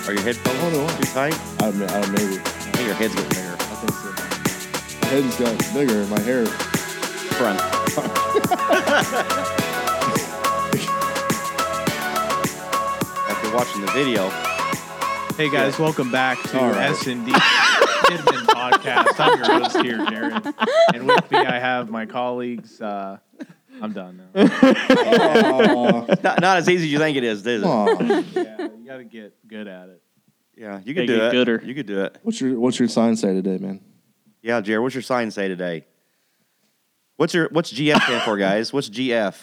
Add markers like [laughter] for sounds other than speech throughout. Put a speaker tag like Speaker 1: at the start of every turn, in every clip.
Speaker 1: Oh, they're
Speaker 2: headphones
Speaker 1: on.
Speaker 2: too tight?
Speaker 1: I mean, I maybe.
Speaker 2: I think your head's getting bigger.
Speaker 1: I think so. My head's got bigger. My
Speaker 2: [laughs]
Speaker 1: hair. [laughs]
Speaker 2: Front. if you're watching the video,
Speaker 3: Hey guys, welcome back to
Speaker 1: All right.
Speaker 3: S and D [laughs] Kidman Podcast. I'm your host here, Jared, and with me I have my colleagues. Uh, I'm done now.
Speaker 2: [laughs]
Speaker 1: Aw.
Speaker 2: not, not as easy as you think it is, is it?
Speaker 1: Aw.
Speaker 3: Yeah, you gotta get good at it.
Speaker 2: Yeah, you could
Speaker 4: Make
Speaker 2: do
Speaker 4: it
Speaker 2: it.
Speaker 4: gooder.
Speaker 2: You could do it.
Speaker 1: What's your What's your sign say today, man?
Speaker 2: Yeah, Jared, what's your sign say today? What's your what's GF stand for, guys? What's GF?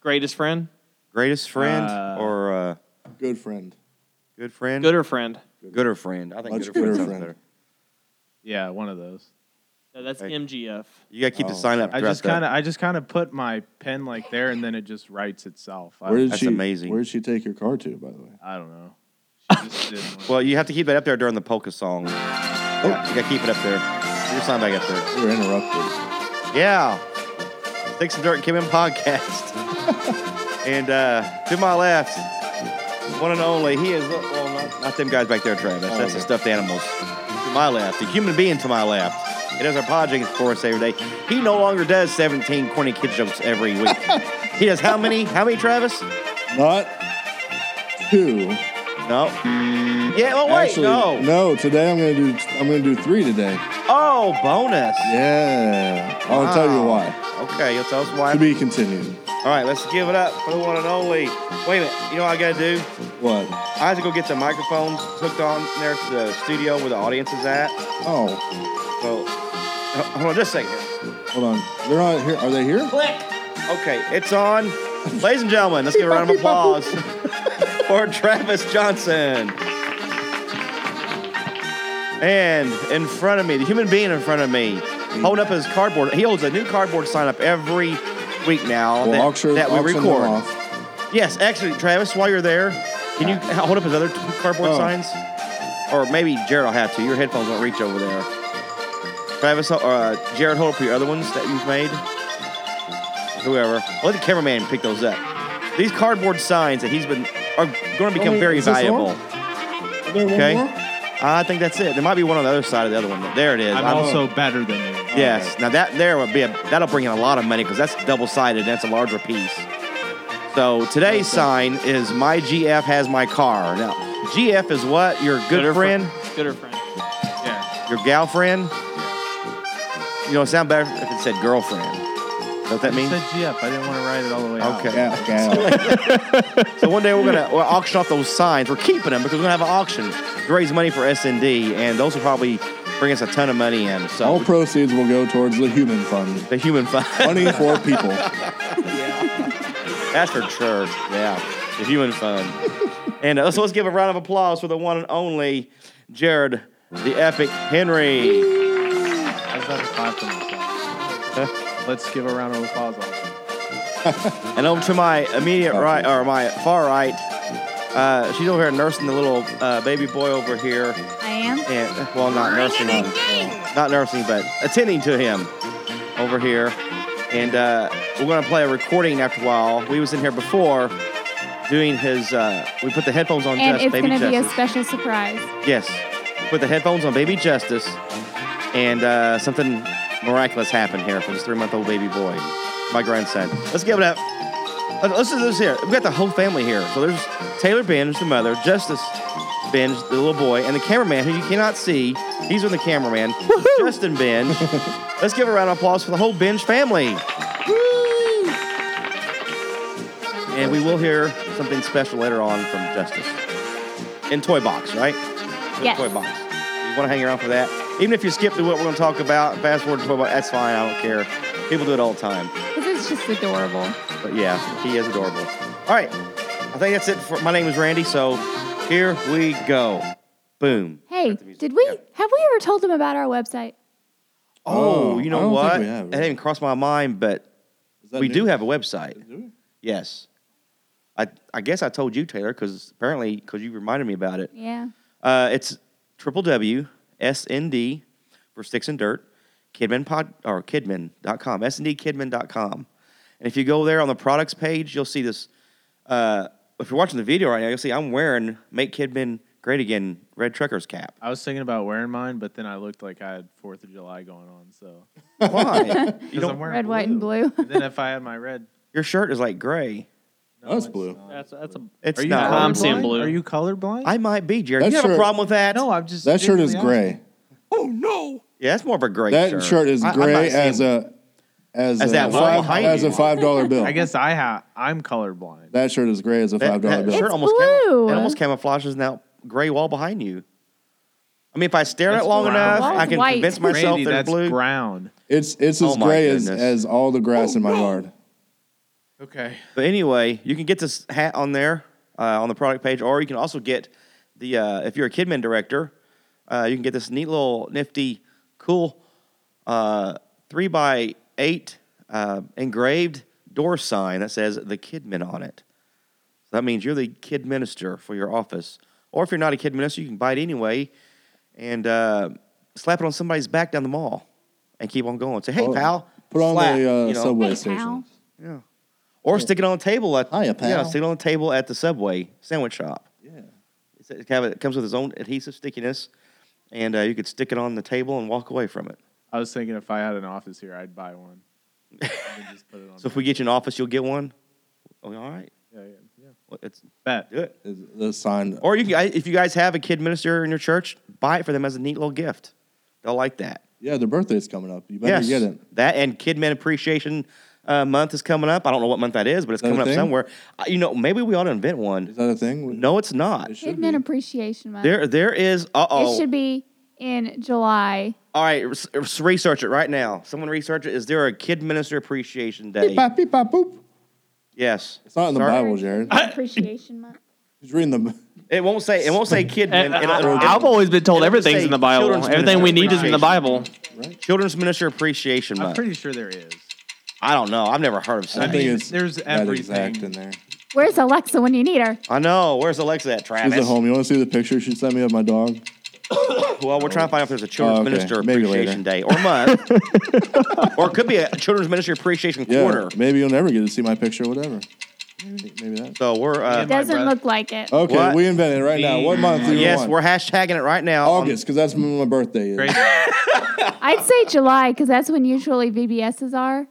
Speaker 4: Greatest friend?
Speaker 2: Greatest friend
Speaker 3: Uh,
Speaker 2: or uh,
Speaker 1: Good friend.
Speaker 2: good friend?
Speaker 4: Gooder friend.
Speaker 2: Gooder friend. I think
Speaker 1: Much
Speaker 2: gooder,
Speaker 1: gooder
Speaker 2: friend sounds
Speaker 1: friend.
Speaker 2: better.
Speaker 3: Yeah, one of those.
Speaker 4: No, that's
Speaker 2: Right.
Speaker 4: MGF.
Speaker 2: You gotta keep the
Speaker 1: Oh,
Speaker 2: sign up.
Speaker 3: I
Speaker 2: throughout
Speaker 3: just
Speaker 2: the-
Speaker 3: kind of, I just kind of put my pen like there, and then it just writes itself. I,
Speaker 1: Where did
Speaker 2: that's
Speaker 1: she,
Speaker 2: amazing.
Speaker 1: Where did she take your car to, by the way?
Speaker 3: I
Speaker 2: [laughs]
Speaker 3: don't know. She just did one.
Speaker 2: Well, you have to keep it up there during the polka song. Yeah, you
Speaker 1: Oh.
Speaker 2: gotta keep it up there. Get your sign back up there.
Speaker 1: We were interrupted.
Speaker 2: Yeah. Sticks and Dirt and Kim in podcast.
Speaker 1: [laughs]
Speaker 2: and uh, to my left, one and only, he is, uh, well, not, not them guys back there, Travis. That's the
Speaker 1: Oh, okay.
Speaker 2: stuffed animals. To my left, the human being to my left. He does our project for us every day. He no longer does 17 corny kid jokes every
Speaker 1: [laughs]
Speaker 2: week. he does how many? How many, Travis?
Speaker 1: Not two.
Speaker 2: No. Yeah, well, wait,
Speaker 1: Mm, Actually,
Speaker 2: no.
Speaker 1: No, today I'm gonna do. I'm gonna do three today.
Speaker 2: Oh, bonus.
Speaker 1: Yeah. I'll tell you
Speaker 2: Wow.
Speaker 1: why.
Speaker 2: Okay, you'll tell us why.
Speaker 1: To be continued.
Speaker 2: All right, let's give it up for the one and only. Wait a minute, you know what I gotta do?
Speaker 1: What?
Speaker 2: I have to go get some microphones hooked on there to the studio where the audience is at.
Speaker 1: Oh,
Speaker 2: So, h- [laughs] hold on just a second. here.
Speaker 1: hold on. They're not here. Are they here?
Speaker 2: Okay, it's on. Ladies and gentlemen, let's give a round of applause for Travis Johnson. And in front of me, the human being in front of me, holding up his cardboard. He holds a new cardboard sign up every week now
Speaker 1: Well,
Speaker 2: that,
Speaker 1: auction,
Speaker 2: that we
Speaker 1: auction them
Speaker 2: record.
Speaker 1: off.
Speaker 2: Yes, actually, Travis, while you're there, can you hold up his other two cardboard
Speaker 1: Oh.
Speaker 2: signs? Or maybe Jared will have to. Your headphones won't reach over there. Travis, or uh, Jared, hold up your other ones that you've made. Whoever. Let the cameraman pick those up. These cardboard signs that he's been are going to become
Speaker 1: Oh, wait,
Speaker 2: very
Speaker 1: is this on?
Speaker 2: valuable.
Speaker 1: Is there one
Speaker 2: Okay.
Speaker 1: more?
Speaker 2: I think that's it. There might be one on the other side of the other one. But there it is.
Speaker 3: I'm
Speaker 2: I'm-
Speaker 3: also better than you.
Speaker 2: yes.
Speaker 1: Alright.
Speaker 2: Now that there would be a that'll bring in a lot of money because that's double sided. That's a larger piece. So today's sign is my GF has my car. Now GF is what your good
Speaker 4: Gooder
Speaker 2: friend,
Speaker 4: Fri- Gooder friend.
Speaker 3: Yeah.
Speaker 2: your gal friend. You know, it sound better if it said girlfriend. Know what that
Speaker 3: I
Speaker 2: means?
Speaker 3: said GF. I didn't want to write it all the way out.
Speaker 2: Okay.
Speaker 1: Yeah, yeah.
Speaker 2: So one day we're gonna we'll auction off those signs. We're keeping them because we're gonna have an auction to raise money for S and D, and those will probably bring us a ton of money in.
Speaker 1: All
Speaker 2: So
Speaker 1: proceeds will go towards the human fund.
Speaker 2: the human fund.
Speaker 1: Money for people.
Speaker 2: That's for sure. Yeah. The human fund. and uh, so let's give a round of applause for the one and only Jared, the epic Henry.
Speaker 3: I was about to clap for myself.
Speaker 2: [laughs]
Speaker 3: Let's give a round of applause. Also.
Speaker 2: And over to my immediate right, or my far right, uh, she's over here nursing the little uh, baby boy over here.
Speaker 5: I am.
Speaker 2: And, well, not nursing him. Uh, Not nursing, but attending to him over here. And uh, we're going to play a recording after a while. We was in here before doing his, uh, we put the headphones on
Speaker 5: And
Speaker 2: just
Speaker 5: it's
Speaker 2: baby
Speaker 5: going to be a
Speaker 2: Justice.
Speaker 5: special surprise.
Speaker 2: Yes. Put the headphones on Baby Justice, and uh, something miraculous happened here for this three month old baby boy, my grandson. Let's give it up. Let- Let's do this here. We've got the whole family here. So there's Taylor Binge, the mother, Justice Binge, the little boy, and the cameraman who you cannot see. He's with the cameraman, Justin Binge. Let's give a round of applause for the whole Binge family. And we will hear something special later on from Justice in Toy Box, right?
Speaker 5: Yes.
Speaker 2: Toy Box. You want to hang around for that? Even if you skip to what we're going to talk about, fast forward to Toy Box, that's fine. I don't care. People do it all the time.
Speaker 5: This is just adorable.
Speaker 2: But yeah, he is adorable. All right. I think that's it. For, my name is Randy, so here we go. Boom.
Speaker 5: Hey,
Speaker 2: the music.
Speaker 5: did we
Speaker 2: Yeah.
Speaker 5: have we ever told them about our website?
Speaker 2: Oh,
Speaker 1: Oh,
Speaker 2: you
Speaker 1: I
Speaker 2: know
Speaker 1: don't think
Speaker 2: what?
Speaker 1: we have.
Speaker 2: It didn't cross my mind, but
Speaker 1: Is that
Speaker 2: we
Speaker 1: new?
Speaker 2: do have a website.
Speaker 1: Do we?
Speaker 2: Yes. I, I guess I told you, Taylor, because apparently, because you reminded me about it.
Speaker 5: Yeah.
Speaker 2: Uh, it's triple W S N D for sticks and dirt, Kidman pod or Kidman.com, SNDKidman.com. And if you go there on the products page, you'll see this. Uh, if you're watching the video right now, you'll see I'm wearing Make Kidman Great Again Red Trucker's
Speaker 1: [laughs]
Speaker 2: cap.
Speaker 3: I was thinking about wearing mine, but then I looked like I had Fourth of July going on. So
Speaker 2: Why? you
Speaker 3: 'Cause I'm
Speaker 2: don't,
Speaker 3: wearing
Speaker 5: Red, white, and blue.
Speaker 3: And then if I had my red,
Speaker 2: your shirt is like gray.
Speaker 3: no,
Speaker 1: That's
Speaker 3: it's
Speaker 1: blue.
Speaker 3: not.
Speaker 4: That's that's a.
Speaker 2: It's
Speaker 3: Are you
Speaker 2: not.
Speaker 4: No, I'm
Speaker 3: colorblind?
Speaker 4: seeing blue.
Speaker 3: Are you colorblind?
Speaker 2: I might be, Jared.
Speaker 1: That
Speaker 2: you have a
Speaker 1: shirt-
Speaker 2: problem with that?
Speaker 3: no, I'm just.
Speaker 1: That shirt is
Speaker 3: visually-
Speaker 1: gray.
Speaker 2: Yeah, that's more of a gray
Speaker 1: That
Speaker 2: shirt.
Speaker 1: shirt, is
Speaker 2: I- I'm not
Speaker 1: gray
Speaker 2: saying-
Speaker 1: as a as,
Speaker 2: As
Speaker 1: a
Speaker 2: that wall
Speaker 1: five,
Speaker 2: behind
Speaker 1: as
Speaker 2: you.
Speaker 1: a five dollar bill.
Speaker 3: I guess I have. I'm colorblind.
Speaker 1: that shirt is gray as a
Speaker 2: That,
Speaker 1: five dollar
Speaker 2: that
Speaker 1: bill.
Speaker 2: shirt
Speaker 5: It's
Speaker 2: almost
Speaker 5: blue.
Speaker 2: Cam- it almost camouflages in that gray wall behind you. I mean, if I stare at it
Speaker 3: That's
Speaker 2: long
Speaker 3: brown.
Speaker 2: enough,
Speaker 5: Wall's
Speaker 2: I can
Speaker 5: white.
Speaker 2: convince myself
Speaker 3: Randy,
Speaker 2: that it's
Speaker 3: that's
Speaker 2: blue.
Speaker 3: brown.
Speaker 1: It's it's as
Speaker 2: Oh my
Speaker 1: gray as,
Speaker 2: goodness.
Speaker 1: as all the grass in my yard.
Speaker 3: Okay.
Speaker 2: But anyway, you can get this hat on there uh, on the product page, or you can also get the uh, if you're a Kidman director, uh, you can get this neat little nifty, cool uh, three by eight uh, engraved door sign that says the Kidman on it. So that means you're the kid minister for your office, or if you're not a kid minister, you can buy it anyway and uh, slap it on somebody's back down the mall and keep on going. Say, hey
Speaker 1: Oh,
Speaker 2: pal,
Speaker 1: Put on
Speaker 2: slap,"
Speaker 1: the uh,
Speaker 2: you know.
Speaker 1: subway
Speaker 5: Hey,
Speaker 1: station.
Speaker 5: pal.
Speaker 2: Yeah. Or stick it on a table at
Speaker 1: Hiya,
Speaker 2: yeah,
Speaker 1: pal.
Speaker 2: stick it on a table at the Subway sandwich shop.
Speaker 1: Yeah.
Speaker 2: It's- It have- it comes with its own adhesive stickiness, and uh, you could stick it on the table and walk away from it.
Speaker 3: I was thinking if I had an office here, I'd buy
Speaker 2: [laughs]
Speaker 3: one. And then just put it on
Speaker 2: So if we get you an office, you'll get one. Oh, all right,
Speaker 3: there. yeah, yeah, yeah.
Speaker 2: Well, it's
Speaker 3: Bet.
Speaker 2: do it.
Speaker 1: Is the sign
Speaker 2: Or you, can- I- if you guys have a kid minister in your church, buy it for them as a neat little gift. They'll like that.
Speaker 1: Yeah, their birthday's coming up. You better get it.
Speaker 2: That and Kidman Appreciation uh, Month is coming up. I don't know what month that is, but it's
Speaker 1: Is that a
Speaker 2: coming up
Speaker 1: thing?
Speaker 2: somewhere. Uh, You know, maybe we ought to invent
Speaker 1: Is
Speaker 2: one.
Speaker 1: that a thing?
Speaker 2: No, it's not.
Speaker 1: It should
Speaker 5: Kidman
Speaker 1: be.
Speaker 5: Appreciation Month.
Speaker 2: There, there is. Uh oh.
Speaker 5: It should be in July.
Speaker 2: All right, res- res- research it right now. Someone research it. Is there a Kid Minister Appreciation Day?
Speaker 1: Beep, bop, beep, bop, boop.
Speaker 2: Yes.
Speaker 1: It's not in the
Speaker 2: Sorry.
Speaker 1: Bible, Jared.
Speaker 5: Appreciation Month.
Speaker 1: He's reading the.
Speaker 2: It won't say. It won't say Kid.
Speaker 4: And,
Speaker 2: Min-
Speaker 4: eh, I,
Speaker 2: it'll- it'll-
Speaker 4: have always been told
Speaker 2: it'll
Speaker 4: everything's
Speaker 2: say
Speaker 4: in the Bible.
Speaker 2: children's
Speaker 4: Everything we
Speaker 2: minister
Speaker 4: need is in the Bible.
Speaker 2: Children's Minister Appreciation
Speaker 3: I'm
Speaker 2: Month.
Speaker 3: pretty sure there is.
Speaker 2: I don't know. I've never heard of
Speaker 1: I
Speaker 2: such.
Speaker 3: mean,
Speaker 1: think it's
Speaker 3: there's
Speaker 1: that exact
Speaker 3: everything.
Speaker 1: in there.
Speaker 5: Where's Alexa when you need her?
Speaker 2: I know. Where's Alexa at,
Speaker 1: She's
Speaker 2: Travis?
Speaker 1: at home. You want to see the picture she sent me of my dog?
Speaker 2: Well, we're trying to find out if there's a Children's
Speaker 1: Oh, okay.
Speaker 2: Minister
Speaker 1: Maybe
Speaker 2: Appreciation Day or
Speaker 1: [laughs]
Speaker 2: month, or it could be a Children's Minister Appreciation
Speaker 1: Yeah.
Speaker 2: Quarter.
Speaker 1: Maybe you'll never get to see my picture. Whatever. Maybe, maybe that.
Speaker 2: So we're. Uh,
Speaker 3: Yeah. my
Speaker 5: Doesn't
Speaker 3: breath.
Speaker 5: look like it.
Speaker 1: Okay,
Speaker 2: What?
Speaker 1: we invented it right now. What month do you
Speaker 2: yes,
Speaker 1: want?
Speaker 2: we're hashtagging it right now. on-
Speaker 1: August because that's when my birthday is.
Speaker 3: Great.
Speaker 5: I'd say July because that's when usually VBSs are.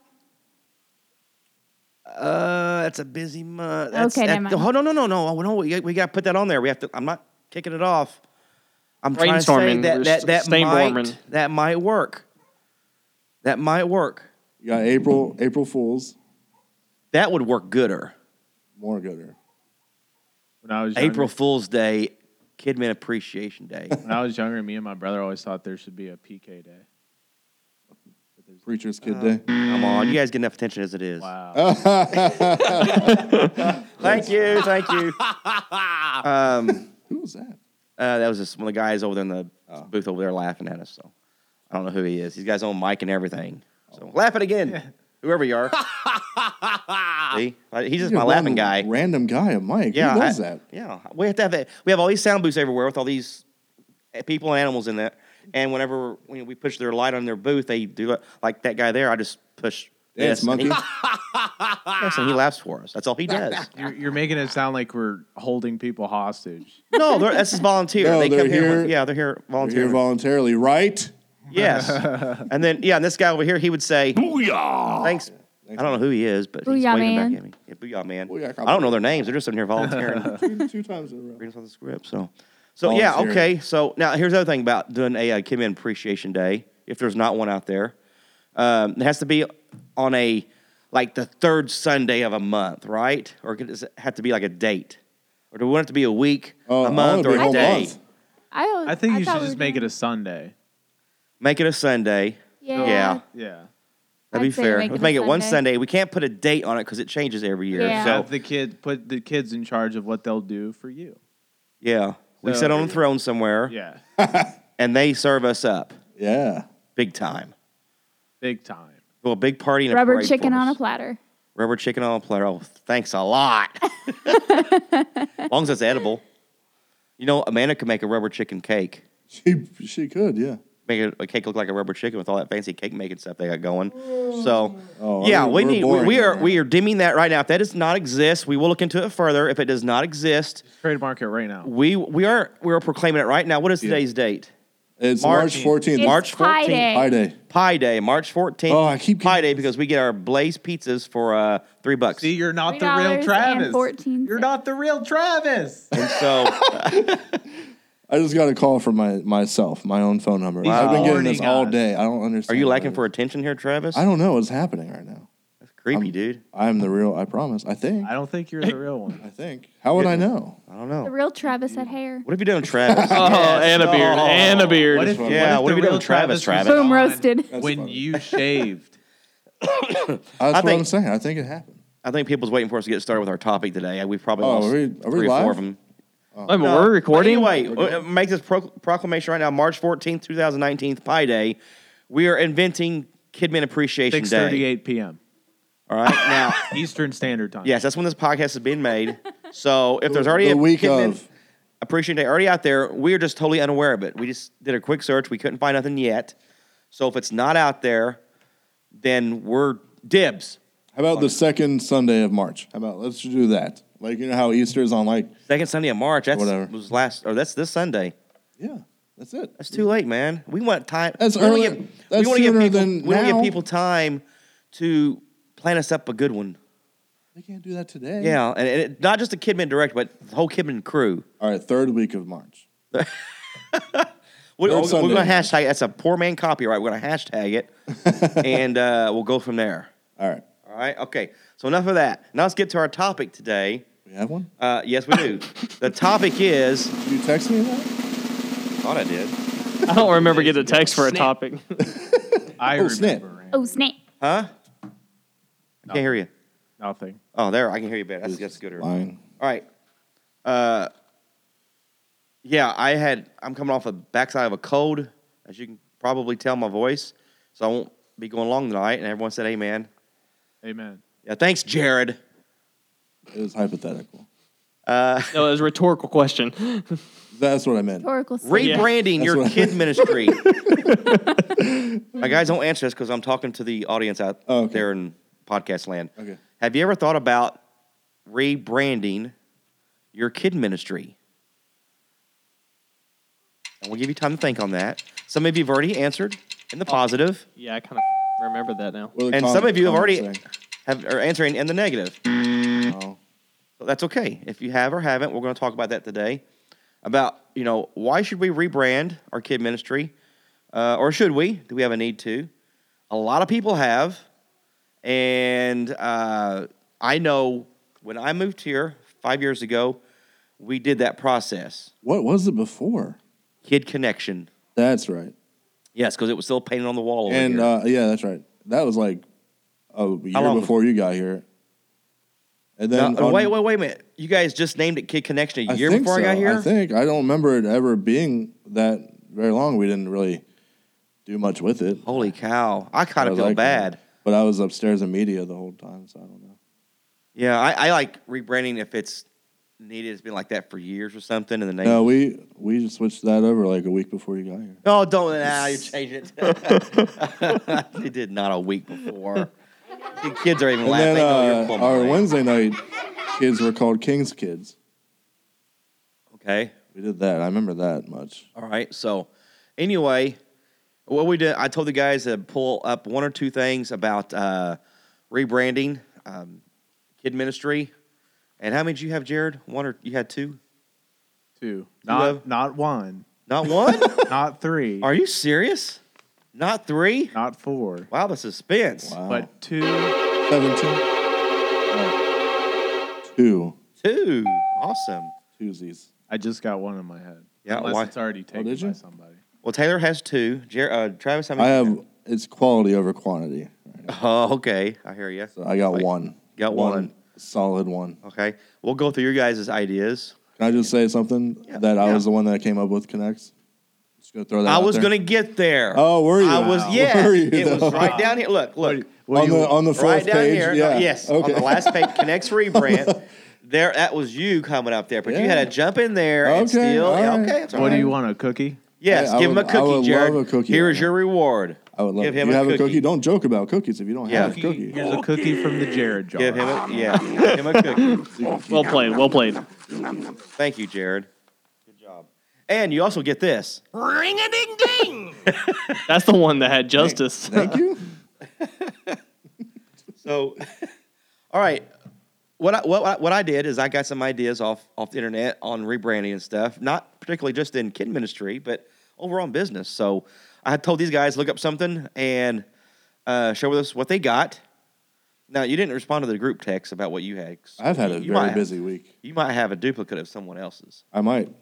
Speaker 2: Uh, that's a busy month. That's,
Speaker 5: Okay,
Speaker 2: that,
Speaker 5: never mind.
Speaker 2: Oh, no, no, no, no. No, we, we got to put that on there. We have to. I'm not kicking it off. I'm trying to say
Speaker 4: Brainstorming.
Speaker 2: that
Speaker 4: We're
Speaker 2: that
Speaker 4: st-
Speaker 2: that
Speaker 4: stainstorming.
Speaker 2: might that might work. That might work.
Speaker 1: You got April, April Fools,
Speaker 2: That would work gooder.
Speaker 1: more gooder.
Speaker 3: When I was younger,
Speaker 2: April Fool's Day, Kidman Appreciation Day.
Speaker 3: When I was younger, me and my brother always thought there should be a PK day.
Speaker 1: Preacher's
Speaker 2: Oh.
Speaker 1: Kid Day. [laughs]
Speaker 2: Come on, you guys get enough attention as it is.
Speaker 3: Wow.
Speaker 2: Thank you, thank you. um,
Speaker 1: Who was that?
Speaker 2: uh, that was just one of the guys over there in the
Speaker 1: Oh.
Speaker 2: booth over there laughing at us. So I don't know who he is. He's got his own mic and everything. So laugh it again, whoever you
Speaker 1: [laughs]
Speaker 2: are. See? Like, He's just
Speaker 1: You're
Speaker 2: my
Speaker 1: a
Speaker 2: laughing
Speaker 1: random-
Speaker 2: guy.
Speaker 1: Random guy, a mic.
Speaker 2: yeah,
Speaker 1: Who does
Speaker 2: I-
Speaker 1: that?
Speaker 2: Yeah, we have to have that. We have all these sound booths everywhere with all these eh, people and animals in that. And whenever when we push their light on their booth, they do it like that guy there. I just push.
Speaker 1: Dance
Speaker 2: this, and [laughs]
Speaker 1: monkey.
Speaker 2: he- yes, and he laughs for us. That's all
Speaker 1: [laughs]
Speaker 2: he does.
Speaker 3: You're, you're making it sound like we're holding people hostage.
Speaker 2: No, they're, that's just volunteer.
Speaker 1: No,
Speaker 2: they
Speaker 1: they're
Speaker 2: come here. when-
Speaker 1: here-
Speaker 2: yeah, they're here
Speaker 1: You're here
Speaker 2: volunteering.
Speaker 1: voluntarily, right?
Speaker 2: yes, and then yeah, and this guy over here, he would say, "Booyah!" Thanks. I don't know who he is, but he's
Speaker 5: Booyah,
Speaker 2: waving
Speaker 5: man.
Speaker 2: back at me. Yeah, booyah, man.
Speaker 1: Booyah,
Speaker 2: I don't know their names. They're just sitting here
Speaker 1: [laughs]
Speaker 2: volunteering.
Speaker 1: two, two times in a row.
Speaker 2: reading us on the script. So, so yeah,
Speaker 1: Volunteering.
Speaker 2: okay. So now here's the other thing about doing a uh, Kidman Appreciation Day. If there's not one out there, um, it has to be on a like the third Sunday of a month, right? Or could- does it have to be like a date? Or do we want it to be a week,
Speaker 1: Oh, I
Speaker 2: a
Speaker 1: wanna
Speaker 2: month,
Speaker 1: be
Speaker 2: or a
Speaker 1: home
Speaker 2: day?
Speaker 1: month.
Speaker 5: I, al-
Speaker 3: I think you
Speaker 5: thought
Speaker 3: should
Speaker 5: we
Speaker 3: just
Speaker 5: were
Speaker 3: make it
Speaker 5: doing-
Speaker 3: a Sunday.
Speaker 2: Make it a Sunday.
Speaker 5: Yeah.
Speaker 2: Yeah.
Speaker 3: Yeah.
Speaker 2: That'd
Speaker 5: I'd
Speaker 2: be
Speaker 5: say
Speaker 2: fair.
Speaker 5: make it
Speaker 2: Let's
Speaker 5: a
Speaker 2: make it one
Speaker 5: Sunday.
Speaker 2: Sunday. We can't put a date on it because it changes every year.
Speaker 5: Yeah.
Speaker 2: So
Speaker 3: Have the kid put the kids in charge of what they'll do for you.
Speaker 2: yeah, We
Speaker 3: So-
Speaker 2: sit on a throne somewhere,
Speaker 3: Yeah,
Speaker 2: and they serve us up
Speaker 1: Yeah.
Speaker 2: big time.
Speaker 3: big time.
Speaker 2: Well, a big party and a
Speaker 5: Rubber
Speaker 2: parade
Speaker 5: chicken
Speaker 2: for
Speaker 5: on a
Speaker 2: us.
Speaker 5: platter.
Speaker 2: Rubber chicken on a platter. Oh, thanks a
Speaker 5: [laughs]
Speaker 2: lot. as long as it's edible. You know, Amanda could make a rubber chicken cake.
Speaker 1: She she could, yeah.
Speaker 2: Make a, a cake look like a rubber chicken with all that fancy cake making stuff they got going. So,
Speaker 1: Oh,
Speaker 2: yeah, we
Speaker 1: we're- we're
Speaker 2: need we,
Speaker 1: boring
Speaker 2: we are
Speaker 1: here.
Speaker 2: we are dimming that right now. If that does not exist, we will look into it further. If it does not exist,
Speaker 3: Trademark it right now.
Speaker 2: we we are we are proclaiming it right now. What is today's date?
Speaker 1: It's
Speaker 2: March-
Speaker 1: March 14th.
Speaker 5: It's
Speaker 2: March
Speaker 5: Pi
Speaker 2: 14th.
Speaker 5: Day.
Speaker 1: Pi Day.
Speaker 2: Pie Day, March 14th.
Speaker 1: Oh, I keep
Speaker 2: Pie
Speaker 1: getting-
Speaker 2: Day because we get our Blaze pizzas for uh, three bucks.
Speaker 3: See, you're not the
Speaker 5: $3
Speaker 3: real
Speaker 5: and
Speaker 3: Travis.
Speaker 5: 14
Speaker 3: You're not the real Travis.
Speaker 2: And so
Speaker 1: I just got a call from my myself, my own phone number. I've been getting this
Speaker 3: warning
Speaker 1: all
Speaker 3: us.
Speaker 1: day. I don't understand.
Speaker 2: Are you
Speaker 1: why [laughs]
Speaker 2: lacking
Speaker 1: this-
Speaker 2: for attention here, Travis?
Speaker 1: I don't know what's happening right now.
Speaker 2: That's creepy,
Speaker 1: I'm-
Speaker 2: dude.
Speaker 1: I'm the real. I promise. I think.
Speaker 3: I don't think you're the
Speaker 2: [laughs]
Speaker 3: real one.
Speaker 1: I think. How would I know?
Speaker 2: I don't
Speaker 5: The
Speaker 2: know.
Speaker 5: real Travis had hair.
Speaker 2: What have you done,
Speaker 1: [laughs]
Speaker 2: Travis?
Speaker 4: Oh,
Speaker 1: Uh-huh.
Speaker 4: and a beard.
Speaker 2: Oh.
Speaker 4: And a beard.
Speaker 3: What if,
Speaker 1: one.
Speaker 2: Yeah, what
Speaker 3: the
Speaker 2: have you done
Speaker 3: real
Speaker 2: with Travis,
Speaker 3: was
Speaker 2: Travis?
Speaker 3: on
Speaker 5: Boom, roasted.
Speaker 1: That's
Speaker 3: When
Speaker 1: funny.
Speaker 2: [laughs]
Speaker 3: you shaved.
Speaker 1: That's
Speaker 2: I
Speaker 1: what
Speaker 2: think-
Speaker 1: I'm saying. I think it happened.
Speaker 2: I think people's waiting for us to get started with our topic today. We probably
Speaker 1: Oh,
Speaker 2: lost
Speaker 1: are we- are we
Speaker 2: three or four
Speaker 1: live?
Speaker 2: of them.
Speaker 4: Wait, but we're recording?
Speaker 2: Anyway, uh, make this pro- proclamation right now. March 14th, 2019, Pi Day. We are inventing Kidman Appreciation
Speaker 3: Six
Speaker 2: Day.
Speaker 3: thirty-eight p.m.
Speaker 2: All right. Now,
Speaker 3: [laughs] Eastern Standard Time.
Speaker 2: yes, that's when this podcast is being made. So if there's already
Speaker 1: the
Speaker 2: a
Speaker 1: week
Speaker 2: Kidman
Speaker 1: of.
Speaker 2: Appreciation Day already out there, we're just totally unaware of it. We just did a quick search. We couldn't find nothing yet. So if it's not out there, then we're dibs.
Speaker 1: How about the second Sunday of March? How about let's do that? Like you know how Easter is on like
Speaker 2: Second Sunday of March. That's
Speaker 1: Whatever.
Speaker 2: was last, or that's this Sunday.
Speaker 1: yeah, that's it.
Speaker 2: That's too late, man. We want time.
Speaker 1: That's
Speaker 2: we wanna
Speaker 1: earlier-
Speaker 2: give-
Speaker 1: that's
Speaker 2: we wanna give
Speaker 1: sooner
Speaker 2: people,
Speaker 1: than
Speaker 2: We wanna give
Speaker 1: now.
Speaker 2: people time to plan us up a good one.
Speaker 1: They can't do that today.
Speaker 2: Yeah, and, and it, not just the Kidman direct, but the whole Kidman crew.
Speaker 1: All right, third week of March.
Speaker 2: We,
Speaker 1: Third
Speaker 2: are
Speaker 1: Sunday.
Speaker 2: gonna hashtag. That's a poor man copyright. We're gonna hashtag it, [laughs] and uh, we'll go from there.
Speaker 1: All right,
Speaker 2: All right. Okay. So enough of that. Now let's get to our topic today.
Speaker 1: we have one.
Speaker 2: Uh, yes, we [laughs] do. the topic is.
Speaker 1: Did you text me that?
Speaker 2: Thought I did.
Speaker 4: I don't remember getting a text for a topic.
Speaker 3: I
Speaker 1: Oh,
Speaker 3: remember
Speaker 1: snap.
Speaker 5: Oh, snap.
Speaker 2: Huh? I can't hear you.
Speaker 3: nothing.
Speaker 2: Oh, there. I can hear you better. That's, that's gooder. All
Speaker 1: Lying.
Speaker 2: right. Uh, yeah, I had. I'm coming off the backside of a cold, as you can probably tell my voice. So I won't be going long tonight. And everyone said, "Amen."
Speaker 3: Amen.
Speaker 2: Yeah. Thanks, Jared. Uh,
Speaker 1: It was hypothetical.
Speaker 4: No, it was a rhetorical question.
Speaker 1: That's what I meant.
Speaker 5: Oracle snap.
Speaker 2: Rebranding your
Speaker 1: what I-
Speaker 2: kid
Speaker 1: [laughs]
Speaker 2: ministry. My guys don't answer this because I'm talking to the audience out
Speaker 1: Oh, okay.
Speaker 2: there in podcast land.
Speaker 1: Okay.
Speaker 2: Have you ever thought about rebranding your kid ministry? And we'll give you time to think on that. Some of you have already answered in
Speaker 1: Oh.
Speaker 2: the positive,
Speaker 4: yeah, I kind of remember that now.
Speaker 1: What are the
Speaker 2: and
Speaker 1: com-
Speaker 2: some of you have already
Speaker 1: comments
Speaker 2: have are answering in the negative.
Speaker 1: saying? Oh.
Speaker 2: So that's okay. If you have or haven't, we're going to talk about that today. About you know why should we rebrand our kid ministry, uh, or should we? Do we have a need to? A lot of people have, and uh, I know when I moved here five years ago, we did that process.
Speaker 1: What was it before?
Speaker 2: Kid connection,
Speaker 1: That's right.
Speaker 2: yes, because it was still painted on the wall. Over
Speaker 1: And
Speaker 2: here.
Speaker 1: uh, yeah, that's right. That was like a year
Speaker 2: long
Speaker 1: before you got here. And
Speaker 2: No,
Speaker 1: then on-
Speaker 2: uh, wait, wait, wait a minute! You guys just named it Kid Connection a year
Speaker 1: think
Speaker 2: before I
Speaker 1: so.
Speaker 2: got here.
Speaker 1: I think I don't remember it ever being that very long. We didn't really do much with it.
Speaker 2: Holy cow! I kind
Speaker 1: I
Speaker 2: of feel
Speaker 1: like that.
Speaker 2: bad.
Speaker 1: But I was upstairs in media the whole time, so I don't know.
Speaker 2: Yeah, I, I like rebranding if it's needed. It's been like that for years or something. And the name.
Speaker 1: No, we we just switched that over like a week before you got here.
Speaker 2: oh, don't. Nah, you change
Speaker 1: [laughs]
Speaker 2: it. you did not a week before. The kids are even
Speaker 1: And
Speaker 2: laughing.
Speaker 1: then
Speaker 2: oh, you're
Speaker 1: uh,
Speaker 2: plumbing,
Speaker 1: our
Speaker 2: right?
Speaker 1: Wednesday night kids were called King's Kids.
Speaker 2: Okay.
Speaker 1: We did that. I remember that much.
Speaker 2: All right. So, anyway, what we did, I told the guys to pull up one or two things about uh, rebranding um, kid ministry. And how many did you have, Jared? One or you had two?
Speaker 3: Two.
Speaker 2: have-
Speaker 3: Not not
Speaker 2: [laughs]
Speaker 3: one.
Speaker 2: Not one?
Speaker 3: Not three.
Speaker 2: are you serious? Not three?
Speaker 3: Not four.
Speaker 2: Wow, the suspense.
Speaker 1: Wow.
Speaker 3: But two.
Speaker 1: 17. Two.
Speaker 2: Two. Awesome.
Speaker 1: Twosies.
Speaker 3: I just got one in my head.
Speaker 2: Yeah,
Speaker 3: Unless
Speaker 2: why-
Speaker 3: it's already taken
Speaker 1: Oh, did
Speaker 3: by
Speaker 1: you?
Speaker 3: somebody.
Speaker 2: Well, Taylor has two. Jer- uh, Travis, how many?
Speaker 1: I
Speaker 2: do
Speaker 1: have
Speaker 2: you
Speaker 1: it's quality over quantity.
Speaker 2: have? [laughs] Oh, okay. I hear you.
Speaker 1: So I got
Speaker 2: Like,
Speaker 1: one.
Speaker 2: got one.
Speaker 1: Solid one.
Speaker 2: Okay. We'll go through your guys' ideas.
Speaker 1: Can I just say something that I
Speaker 2: yeah.
Speaker 1: was the one that came up with connects? Just gonna throw that.
Speaker 2: I
Speaker 1: out
Speaker 2: was
Speaker 1: there.
Speaker 2: gonna get there.
Speaker 1: Oh, were you? [laughs]
Speaker 2: I was.
Speaker 1: Wow.
Speaker 2: Yeah,
Speaker 1: Were you,
Speaker 2: it was
Speaker 1: though?
Speaker 2: right down here. Look, look.
Speaker 1: on the on the fourth
Speaker 2: right down
Speaker 1: page.
Speaker 2: here.
Speaker 1: Yeah.
Speaker 2: uh, yes,
Speaker 1: Okay.
Speaker 2: on the last page,
Speaker 1: [laughs]
Speaker 2: Connects rebrand. There, that was you coming up there, but you had to jump in there and
Speaker 1: Okay,
Speaker 2: steal.
Speaker 1: all
Speaker 2: yeah,
Speaker 1: right.
Speaker 2: okay, it's all
Speaker 3: What do
Speaker 2: right.
Speaker 3: you want? A cookie?
Speaker 2: Yes,
Speaker 1: Hey, I
Speaker 2: give him a
Speaker 1: would- I
Speaker 2: cookie,
Speaker 1: would
Speaker 2: Jared.
Speaker 1: love a cookie
Speaker 2: Here
Speaker 1: right
Speaker 2: is
Speaker 1: now.
Speaker 2: your reward.
Speaker 1: [laughs] I would love
Speaker 2: Give
Speaker 1: it.
Speaker 2: him
Speaker 1: you
Speaker 2: a
Speaker 1: have
Speaker 2: cookie.
Speaker 1: a cookie. Don't joke about cookies if you don't
Speaker 2: Yeah.
Speaker 1: have a cookie.
Speaker 3: Here's a cookie from the Jared jar.
Speaker 2: Give him a yeah. give him a cookie.
Speaker 4: Well played. Well played.
Speaker 2: Thank you, Jared. Good job. And you also get this.
Speaker 4: That's the one that had
Speaker 1: [laughs]
Speaker 4: justice.
Speaker 1: Thank you.
Speaker 2: So, [laughs] all right. What I, what, I- what I did is I got some ideas off, off the internet on rebranding and stuff, not particularly just in kid ministry, but overall in business. So I had told these guys, look up something and uh, share with us what they got. Now, you didn't respond to the group text about what you had.
Speaker 1: I've had a
Speaker 2: You might
Speaker 1: very
Speaker 2: have-
Speaker 1: busy week.
Speaker 2: You might have a duplicate of someone else's.
Speaker 1: I might.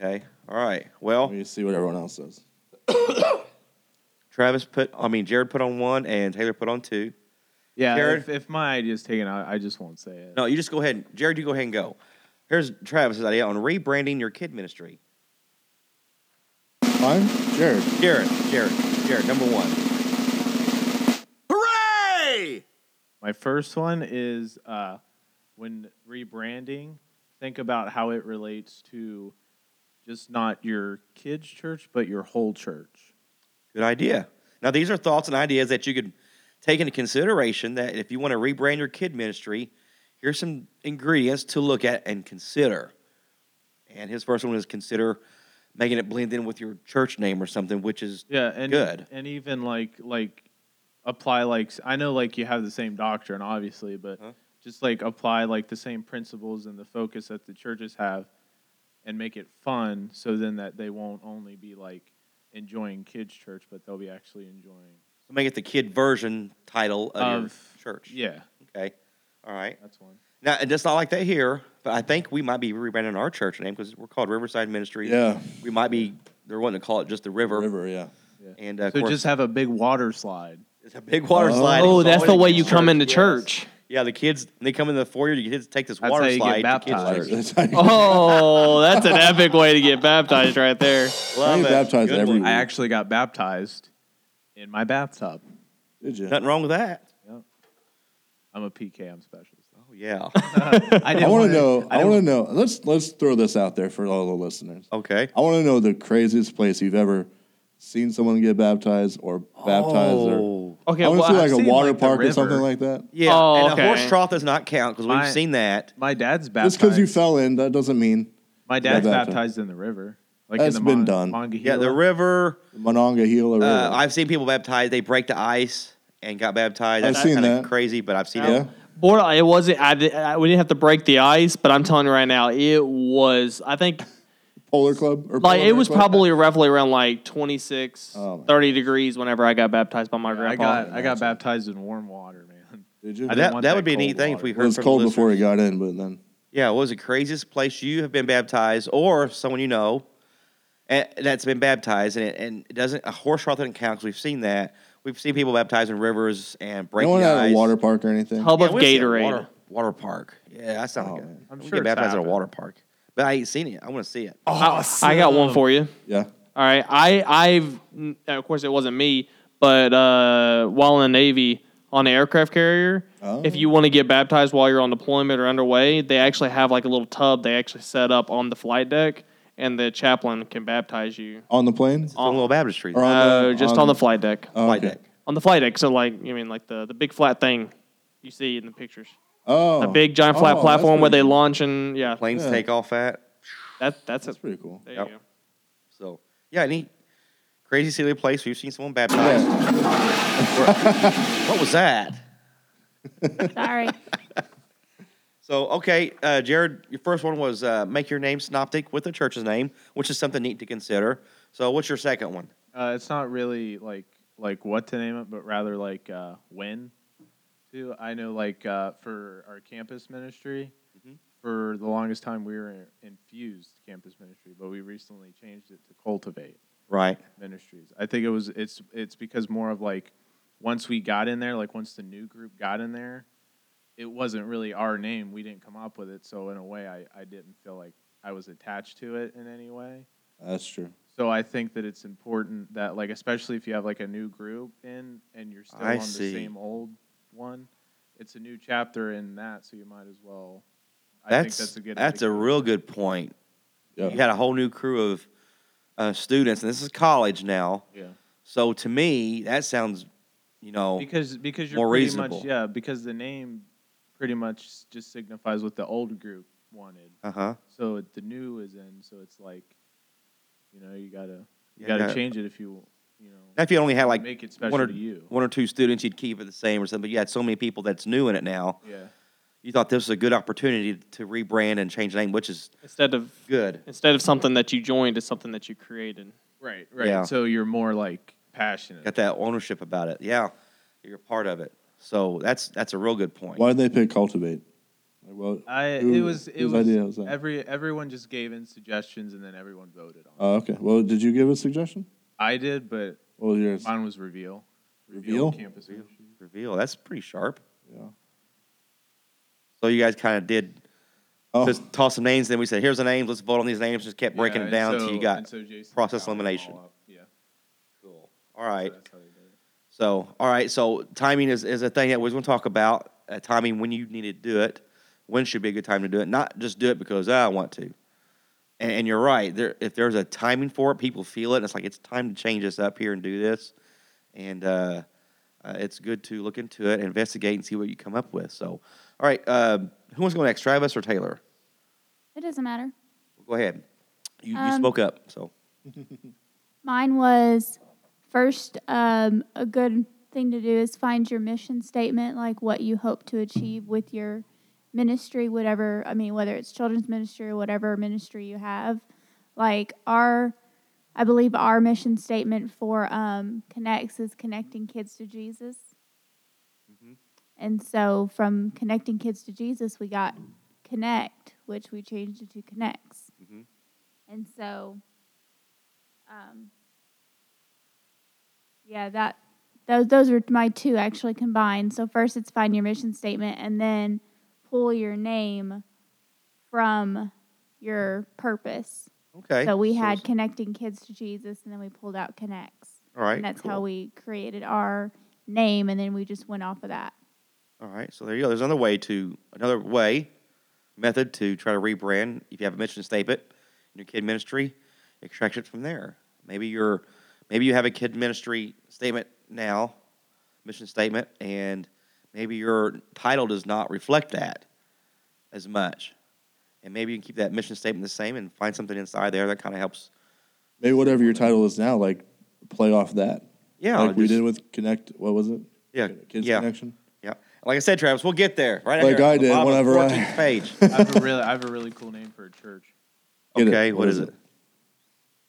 Speaker 2: Okay. All right.
Speaker 1: Let
Speaker 2: Well,
Speaker 1: me see what everyone else says.
Speaker 2: Travis put, I mean, Jared put on one and Taylor put on two.
Speaker 3: Yeah,
Speaker 2: Jared?
Speaker 3: If, if my idea's taken out, I just won't say it.
Speaker 2: No, you just go ahead. and- Jared, you go ahead and go. Here's Travis's idea on rebranding your kid ministry.
Speaker 1: Mine, Jared.
Speaker 2: Jared, Jared, Jared, number one.
Speaker 6: Hooray!
Speaker 3: My first one is uh, when rebranding, think about how it relates to just not your kids' church, but your whole church.
Speaker 2: Good idea. Now, these are thoughts and ideas that you could take into consideration that if you want to rebrand your kid ministry, here's some ingredients to look at and consider. And his first one is consider making it blend in with your church name or something, which is
Speaker 3: Yeah, and
Speaker 2: Good.
Speaker 3: and even like like apply like I know like you have the same doctrine obviously, but
Speaker 2: Huh?
Speaker 3: just like apply like the same principles and the focus that the churches have and make it fun so then that they won't only be like enjoying kids church but they'll be actually enjoying
Speaker 2: make it the kid version title of
Speaker 3: Of-
Speaker 2: your church.
Speaker 3: yeah
Speaker 2: Okay. All right.
Speaker 3: that's one
Speaker 2: Now, and it's not like that here, but I think we might be rebranding our church name because we're called Riverside Ministries.
Speaker 1: Yeah,
Speaker 2: We might be, they're wanting to call it just the river.
Speaker 1: River. Yeah.
Speaker 2: And uh, of
Speaker 3: so
Speaker 2: course,
Speaker 3: just have a big water slide
Speaker 2: It's a big water slide.
Speaker 4: Oh,
Speaker 2: It's
Speaker 4: that's the
Speaker 2: always
Speaker 4: way
Speaker 2: in
Speaker 4: you come into
Speaker 2: yes.
Speaker 4: church.
Speaker 2: Yeah, the kids they come in the foyer. The kids take this
Speaker 3: That's
Speaker 2: water
Speaker 3: how you get
Speaker 2: slide. to
Speaker 3: baptized.
Speaker 2: kids' church.
Speaker 1: [laughs] That's how you-
Speaker 4: Oh, that's an epic way to get baptized right there.
Speaker 2: Love
Speaker 1: get
Speaker 2: it.
Speaker 1: baptized
Speaker 2: Good
Speaker 1: every
Speaker 2: one.
Speaker 1: week.
Speaker 3: I actually got baptized in my bathtub
Speaker 1: Did you?
Speaker 2: Nothing wrong with that.
Speaker 3: I'm a PKM specialist
Speaker 2: Oh yeah.
Speaker 3: [laughs] I,
Speaker 1: I
Speaker 3: didn't
Speaker 1: want
Speaker 3: wanna-
Speaker 1: to know.
Speaker 3: I
Speaker 1: I
Speaker 3: didn't-
Speaker 1: want to know. Let's let's throw this out there for all the listeners.
Speaker 2: Okay.
Speaker 1: I want to know the craziest place you've ever seen someone get baptized or baptized or.
Speaker 2: Oh.
Speaker 4: Okay,
Speaker 1: I want
Speaker 4: well,
Speaker 1: to see like
Speaker 3: I've
Speaker 1: a
Speaker 3: seen,
Speaker 1: water
Speaker 3: like, the
Speaker 1: park or
Speaker 3: river.
Speaker 1: something like that.
Speaker 2: Yeah.
Speaker 4: Oh,
Speaker 2: and
Speaker 4: okay.
Speaker 2: a horse trough does not count because we've
Speaker 3: My-
Speaker 2: seen that.
Speaker 3: my dad's baptized
Speaker 1: Just because you fell in, that doesn't mean
Speaker 3: My dad's
Speaker 1: baptized.
Speaker 3: baptized. in the river. Like
Speaker 1: That's
Speaker 3: in the
Speaker 1: been done.
Speaker 3: Monongahela.
Speaker 2: Yeah, the river.
Speaker 1: Monongahela River.
Speaker 2: Uh, I've seen people baptized. They break the ice and got baptized.
Speaker 1: I've
Speaker 2: That's
Speaker 1: seen
Speaker 2: kind of
Speaker 1: that.
Speaker 2: crazy, but I've seen
Speaker 1: yeah,
Speaker 2: it.
Speaker 4: Boy, it wasn't. I, di- I- we didn't have to break the ice, but I'm telling you right now, it was. I think
Speaker 1: Polar Club or
Speaker 4: like
Speaker 1: Polar
Speaker 4: it was
Speaker 1: Club?
Speaker 4: probably roughly around like 26,
Speaker 1: Oh, my
Speaker 4: 30 degrees whenever I got baptized by my
Speaker 3: I
Speaker 4: grandpa.
Speaker 3: got I got baptized in warm water, man.
Speaker 1: Did you?
Speaker 3: I didn't
Speaker 2: That,
Speaker 3: want
Speaker 2: that
Speaker 3: that
Speaker 2: would be a neat
Speaker 3: cold
Speaker 2: thing if
Speaker 3: water.
Speaker 2: we
Speaker 1: it
Speaker 2: heard
Speaker 1: was
Speaker 2: from
Speaker 1: cold
Speaker 2: the
Speaker 1: before
Speaker 2: listeners.
Speaker 1: he got in, but then
Speaker 2: Yeah, what was the craziest place you have been baptized or someone you know eh, that's been baptized? And it, and it doesn't, a horse trough doesn't count because we've seen that. We've seen people baptized in rivers and break
Speaker 1: no one
Speaker 2: the
Speaker 1: had
Speaker 2: ice.
Speaker 1: a water park or anything.
Speaker 4: Hub
Speaker 2: Yeah,
Speaker 4: of
Speaker 2: we've seen a
Speaker 4: Gatorade.
Speaker 2: Water, water park. Yeah, that sounds
Speaker 1: Oh,
Speaker 2: good.
Speaker 1: man.
Speaker 3: I'm
Speaker 2: We get
Speaker 3: sure it's
Speaker 2: baptized at a
Speaker 3: happened.
Speaker 2: water park. But I ain't seen it. I want to see it.
Speaker 3: [laughs] Uh,
Speaker 4: I got one for you.
Speaker 1: Yeah,
Speaker 4: All right, I I've n- of course it wasn't me, but uh, while in the Navy on an aircraft carrier,
Speaker 1: Oh.
Speaker 4: if you want to get baptized while you're on deployment or underway, they actually have like a little tub they actually set up on the flight deck, and the chaplain can baptize you.
Speaker 1: on the plane.
Speaker 3: Oh.
Speaker 2: It's a little baptistry.
Speaker 1: Or on
Speaker 4: Uh,
Speaker 1: the-
Speaker 4: just
Speaker 1: on-
Speaker 4: on the flight deck.
Speaker 1: Oh,
Speaker 2: Flight
Speaker 1: okay.
Speaker 2: deck.
Speaker 4: On the flight deck, so like you mean like the the big flat thing you see in the pictures,
Speaker 1: Oh,
Speaker 4: the big giant
Speaker 1: Oh,
Speaker 4: flat
Speaker 1: that's
Speaker 4: platform where
Speaker 1: pretty
Speaker 4: they
Speaker 1: cool.
Speaker 4: launch and yeah,
Speaker 2: Planes
Speaker 1: Yeah.
Speaker 2: take off at.
Speaker 4: that that's it.
Speaker 1: That's pretty cool.
Speaker 4: There
Speaker 2: Yep.
Speaker 4: you go.
Speaker 2: So, yeah, any crazy, silly place where you've seen someone baptized?
Speaker 1: Yeah.
Speaker 2: What was that?
Speaker 5: Sorry.
Speaker 2: So okay, uh, Jared, your first one was uh, make your name synoptic with the church's name, which is something neat to consider. So what's your second one?
Speaker 3: Uh, it's not really like like what to name it, but rather like uh, when. Too. I know like uh, for our campus ministry,
Speaker 2: Mm-hmm.
Speaker 3: for the longest time we were infused campus ministry, but we recently changed it to cultivate.
Speaker 2: Right.
Speaker 3: ministries. I think it was it's it's because more of like once we got in there, like once the new group got in there, it wasn't really our name. We didn't come up with it, so in a way, I I didn't feel like I was attached to it in any way.
Speaker 1: That's true.
Speaker 3: So I think that it's important that like especially if you have like a new group in and you're still
Speaker 2: I
Speaker 3: on
Speaker 2: see.
Speaker 3: the same old one, it's a new chapter in that, so you might as well. I
Speaker 2: That's
Speaker 3: think that's a good. way
Speaker 2: that's
Speaker 3: to
Speaker 2: a
Speaker 3: go.
Speaker 2: real good point.
Speaker 1: Yeah.
Speaker 2: You had a whole new crew of uh, students, and this is college now.
Speaker 3: yeah.
Speaker 2: So to me, that sounds, you know,
Speaker 3: because because you're
Speaker 2: more
Speaker 3: pretty
Speaker 2: reasonable.
Speaker 3: much yeah because the name pretty much just signifies what the old group wanted.
Speaker 2: uh huh.
Speaker 3: So it, the new is in, so it's like, you know, you gotta you
Speaker 2: Yeah,
Speaker 3: gotta
Speaker 2: yeah.
Speaker 3: change it if you you know
Speaker 2: If you only had like
Speaker 3: make it special
Speaker 2: one or
Speaker 3: to you.
Speaker 2: one or two students, you'd keep it the same or something. But you had so many people that's new in it now.
Speaker 3: Yeah,
Speaker 2: You thought this was a good opportunity to rebrand and change the name, which is
Speaker 4: Instead of
Speaker 2: good.
Speaker 4: instead of something that you joined, it's something that you created.
Speaker 3: right, right.
Speaker 2: Yeah.
Speaker 3: So you're more like passionate.
Speaker 2: Got that ownership about it. Yeah, you're a part of it. So that's that's a real good point.
Speaker 1: Why did they pick cultivate? Like, well,
Speaker 3: I it
Speaker 1: who-
Speaker 3: was it
Speaker 1: whose
Speaker 3: was,
Speaker 1: idea was that?
Speaker 3: every everyone just gave in suggestions and then everyone voted on. it.
Speaker 1: oh, okay. Well, did you give a suggestion?
Speaker 3: I did, but
Speaker 1: What was
Speaker 2: Uh,
Speaker 1: yours?
Speaker 3: mine was reveal.
Speaker 1: Reveal?
Speaker 3: campus. ministry.
Speaker 2: Reveal. That's pretty sharp.
Speaker 1: Yeah.
Speaker 2: So you guys kind of did
Speaker 1: Oh,
Speaker 2: just toss some names. Then we said, here's the names. Let's vote on these names. Just kept breaking it
Speaker 3: Yeah, and
Speaker 2: down
Speaker 3: so-
Speaker 2: until you got.
Speaker 3: and so Jason
Speaker 2: process
Speaker 3: found them
Speaker 2: elimination.
Speaker 3: all up. Yeah,
Speaker 2: Cool. All right.
Speaker 3: that's how they did it.
Speaker 2: So, all right. So, timing is, is a thing that we're going to talk about. Uh, timing when you need to do it, when should be a good time to do it, not just do it because "Ah, I want to. And, and you're right. There, if there's a timing for it, people feel it. And it's like it's time to change this up here and do this. And uh, uh, it's good to look into it, investigate, and see what you come up with. So, all right. Uh, who wants to go next, Travis or Taylor?
Speaker 5: It doesn't matter.
Speaker 2: Go ahead. You, you
Speaker 5: Um,
Speaker 2: spoke up. So,
Speaker 5: Mine was first, um, a good thing to do is find your mission statement, like what you hope to achieve with your ministry, whatever. I mean, whether it's children's ministry or whatever ministry you have. Like, our, I believe our mission statement for um, Connects is connecting kids to Jesus. And so from connecting kids to Jesus, we got Connect, which we changed it to Connects.
Speaker 2: Mhm.
Speaker 5: And so, um, yeah, that those those are my two actually combined. So first, it's find your mission statement, and then pull your name from your purpose.
Speaker 2: okay.
Speaker 5: So we had connecting kids to Jesus, and then we pulled out Connects,
Speaker 2: all right.
Speaker 5: and that's
Speaker 2: cool.
Speaker 5: how we created our name, and then we just went off of that.
Speaker 2: All right, so there you go. There's another way to another way method to try to rebrand. If you have a mission statement in your kid ministry, extract it from there. Maybe you're maybe you have a kid ministry statement now, mission statement, and maybe your title does not reflect that as much. And maybe you can keep that mission statement the same and find something inside there that kind of helps.
Speaker 1: maybe whatever your title is now, like play off that.
Speaker 2: Yeah,
Speaker 1: like we
Speaker 2: just-
Speaker 1: did with Connect. What was it?
Speaker 2: Yeah,
Speaker 1: Kids
Speaker 2: yeah,
Speaker 1: Connection.
Speaker 2: yeah. Like I said, Travis, we'll get there. Right
Speaker 1: Like
Speaker 2: here on
Speaker 1: I
Speaker 2: the
Speaker 1: did
Speaker 2: bottom of the
Speaker 1: whenever I-
Speaker 2: 14th
Speaker 1: [laughs]
Speaker 2: page.
Speaker 3: I have a really I have a really cool name for a church.
Speaker 1: Get it.
Speaker 2: okay, what is it?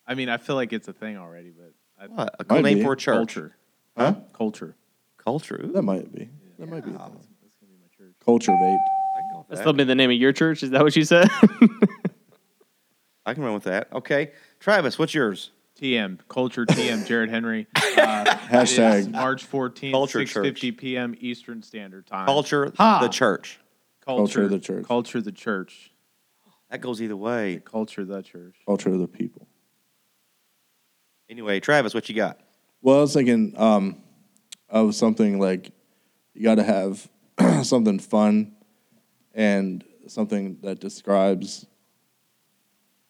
Speaker 3: I mean, I feel like it's a thing already, but I
Speaker 2: What? A cool
Speaker 1: Might
Speaker 2: name
Speaker 1: be.
Speaker 2: for a church.
Speaker 3: culture,
Speaker 1: Huh?
Speaker 3: culture.
Speaker 2: Culture. Ooh,
Speaker 1: That might be. That might be. a
Speaker 2: Yeah.
Speaker 1: thing.
Speaker 3: That's gonna be my church.
Speaker 1: Culture bait.
Speaker 2: I can go with
Speaker 4: That's
Speaker 2: that.
Speaker 4: still be the name of your church. Is that what you said? [laughs]
Speaker 2: I can run with that. Okay, Travis, what's yours?
Speaker 3: TM culture TM
Speaker 2: [laughs]
Speaker 3: Jared Henry. Uh,
Speaker 1: Hashtag.
Speaker 3: it is March fourteenth,
Speaker 2: Culture
Speaker 3: six
Speaker 2: church.
Speaker 3: fifty p.m. Eastern Standard Time.
Speaker 2: Culture,
Speaker 3: Ha!
Speaker 2: the church.
Speaker 1: Culture of the church.
Speaker 3: Culture the church.
Speaker 2: That goes either way.
Speaker 3: Culture the church.
Speaker 1: Culture of the people.
Speaker 2: Anyway, Travis, what you got?
Speaker 1: Well, I was thinking um, of something like you got to have [clears throat] something fun and something that describes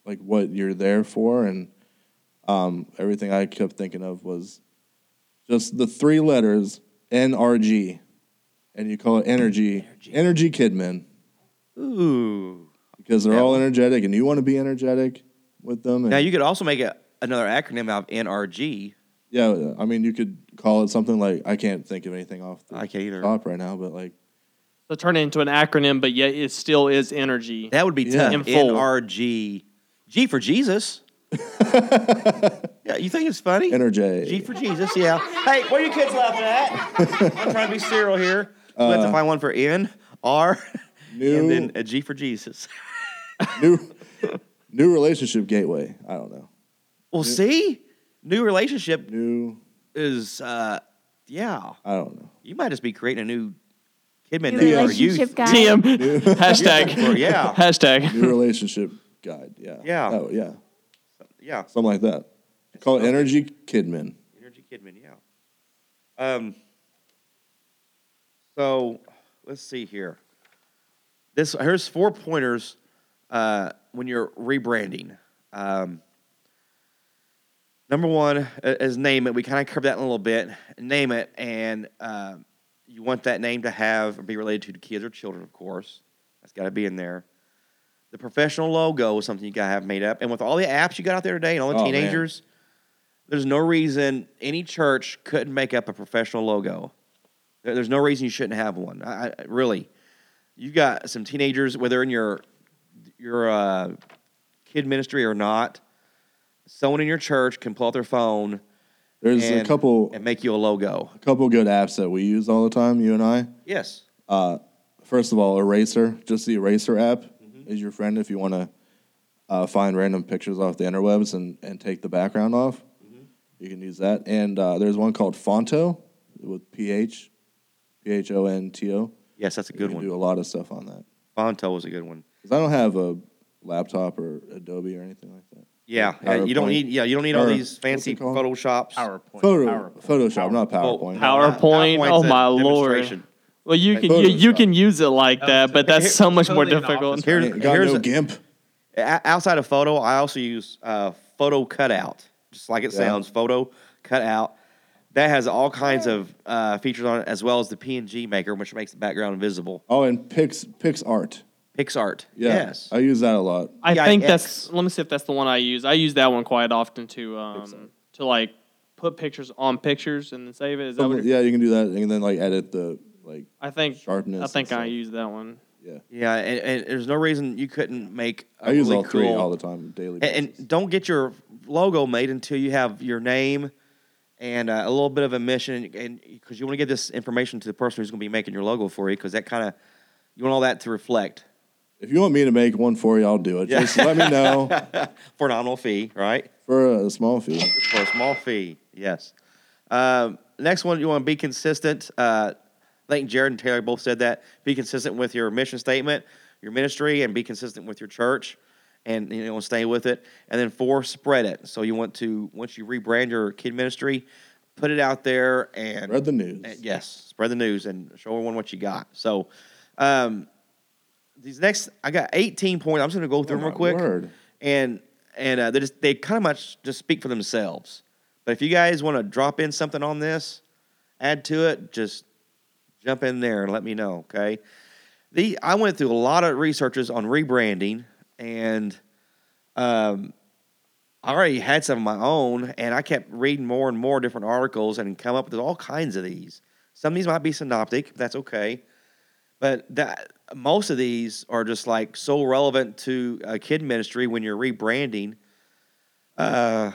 Speaker 1: like what you're there for, and um, everything I kept thinking of was just the three letters NRG, and you call it energy, energy, Kidman,
Speaker 2: Ooh.
Speaker 1: because they're
Speaker 2: Yeah.
Speaker 1: all energetic, and you want to be energetic with them. And
Speaker 2: Now you could also make a, another acronym out of NRG.
Speaker 1: Yeah, I mean, you could call it something like I can't think of anything off the
Speaker 2: I can't either.
Speaker 1: top right now, but like
Speaker 4: so turn it into an acronym, but yet it still is energy.
Speaker 2: That would be
Speaker 1: Yeah.
Speaker 2: tough.
Speaker 4: In full.
Speaker 2: NRG. G for [laughs] Jesus. yeah, you think it's funny?
Speaker 1: energy.
Speaker 2: G for Jesus. Yeah. Hey, what are you kids laughing [laughs] at? I'm trying to be serial here. We have to find one for N R,
Speaker 1: new,
Speaker 2: and then a G for Jesus.
Speaker 1: new, new relationship gateway. I don't know.
Speaker 2: Well, see, new relationship
Speaker 1: New,
Speaker 2: is uh, yeah.
Speaker 1: I don't know.
Speaker 2: You might just be creating a new Kidman
Speaker 5: New
Speaker 2: name for
Speaker 1: [laughs]
Speaker 5: relationship
Speaker 2: youth.
Speaker 5: guy.
Speaker 4: TM hashtag
Speaker 2: Yeah. [laughs]
Speaker 4: hashtag.
Speaker 1: New relationship guide. Yeah.
Speaker 2: Yeah.
Speaker 1: Oh, yeah.
Speaker 2: Yeah.
Speaker 1: Something like that. Call it Energy Kidman.
Speaker 2: Energy Kidman, yeah. Um, so let's see here. This here's four pointers uh, when you're rebranding. Um, number one i- is name it. We kind of covered that in a little bit. Name it, and um you want that name to have be related to kids or children, of course. That's got to be in there. The professional logo is something you got to have made up. And with all the apps you got out there today and all the
Speaker 1: Oh, man.
Speaker 2: teenagers, there's no reason any church couldn't make up a professional logo. There- There's no reason you shouldn't have one. I, I, really, you've got some teenagers, whether in your your uh, kid ministry or not, someone in your church can pull out their phone
Speaker 1: There's a
Speaker 2: and-
Speaker 1: couple
Speaker 2: and make you a logo.
Speaker 1: a couple good apps that we use all the time, you and I.
Speaker 2: Yes.
Speaker 1: Uh, first of all, Eraser, just the Eraser app is your friend if you want to uh, find random pictures off the interwebs and, and take the background off. You can use that. And uh, there's one called Fonto with PH, P H O N T O.
Speaker 2: Yes, that's a
Speaker 1: you
Speaker 2: good
Speaker 1: can
Speaker 2: one.
Speaker 1: do a lot of stuff on that.
Speaker 2: Fonto was a good one.
Speaker 1: Because I don't have a laptop or Adobe or anything like that.
Speaker 2: Yeah, yeah, you don't
Speaker 1: PowerPoint.
Speaker 2: need. Yeah, you don't need all
Speaker 1: Or
Speaker 2: these fancy
Speaker 1: what's it called?
Speaker 2: photoshops.
Speaker 3: PowerPoint.
Speaker 1: Photo,
Speaker 3: PowerPoint.
Speaker 1: Photoshop, not
Speaker 2: Well,
Speaker 1: PowerPoint.
Speaker 4: Power-
Speaker 2: not-
Speaker 4: PowerPoint?
Speaker 2: PowerPoint's
Speaker 4: Oh,
Speaker 2: a
Speaker 4: my lord.
Speaker 2: demonstration.
Speaker 4: Well, you
Speaker 2: Like
Speaker 4: can you, you
Speaker 1: Photoshop.
Speaker 4: can use it like
Speaker 3: Oh,
Speaker 4: that, but
Speaker 1: [laughs]
Speaker 4: that's
Speaker 3: it's
Speaker 4: so much more
Speaker 3: totally an
Speaker 4: difficult.
Speaker 3: office
Speaker 2: Here-
Speaker 1: Ain't got
Speaker 2: here's
Speaker 1: no
Speaker 2: a-
Speaker 1: GIMP.
Speaker 2: O- Outside of photo, I also use uh, photo cutout, just like it
Speaker 1: Yeah.
Speaker 2: sounds. Photo cutout that has all kinds of uh, features on it, as well as the PNG maker, which makes the background visible.
Speaker 1: Oh, and Pix PixArt.
Speaker 2: PixArt.
Speaker 1: Yeah,
Speaker 2: Yes.
Speaker 1: I use that a lot.
Speaker 4: I
Speaker 2: Yeah,
Speaker 4: think
Speaker 2: X.
Speaker 4: that's. Let me see if that's the one I use. I use that one quite often to um to like put pictures on pictures and then save it. Is that what?
Speaker 1: yeah, you can do that, and then like edit the like
Speaker 4: I think.
Speaker 1: sharpness.
Speaker 4: I
Speaker 1: and
Speaker 4: think I
Speaker 1: stuff.
Speaker 4: use that one.
Speaker 1: Yeah,
Speaker 2: Yeah, and, and there's no reason you couldn't make. a
Speaker 1: I use
Speaker 2: really
Speaker 1: all three
Speaker 2: cool-
Speaker 1: all the time,
Speaker 2: And,
Speaker 1: daily. basis.
Speaker 2: and don't get your logo made until you have your name and uh, a little bit of a mission, and because you want to give this information to the person who's going to be making your logo for you, because that kind of you want all that to reflect
Speaker 1: if you want me to make one for you, I'll do it.
Speaker 2: Yeah.
Speaker 1: Just let me
Speaker 2: [laughs]
Speaker 1: know
Speaker 2: for an nominal fee, right?
Speaker 1: for a small fee.
Speaker 2: Just for a small fee, yes. Um, next one, you want to be consistent. Uh, I think Jared and Taylor both said that. Be consistent with your mission statement, your ministry, and be consistent with your church, and you know stay with it. And then four, spread it. So you want to once you rebrand your kid ministry, put it out there and
Speaker 1: Read the news.
Speaker 2: and- yes, spread the news and show everyone what you got. So um, these next, I got 18 points. I'm just going to go through them
Speaker 1: Oh,
Speaker 2: real
Speaker 1: my
Speaker 2: quick
Speaker 1: word.
Speaker 2: and and uh, they just they kind of much just speak for themselves. But if you guys want to drop in something on this, add to it, just jump in there and let me know. Okay. The I went through a lot of researches on rebranding, and um, I already had some of my own, and I kept reading more and more different articles and come up with all kinds of these. Some of these might be synoptic, that's okay. But that most of these are just like so relevant to a kid ministry when you're rebranding. Uh,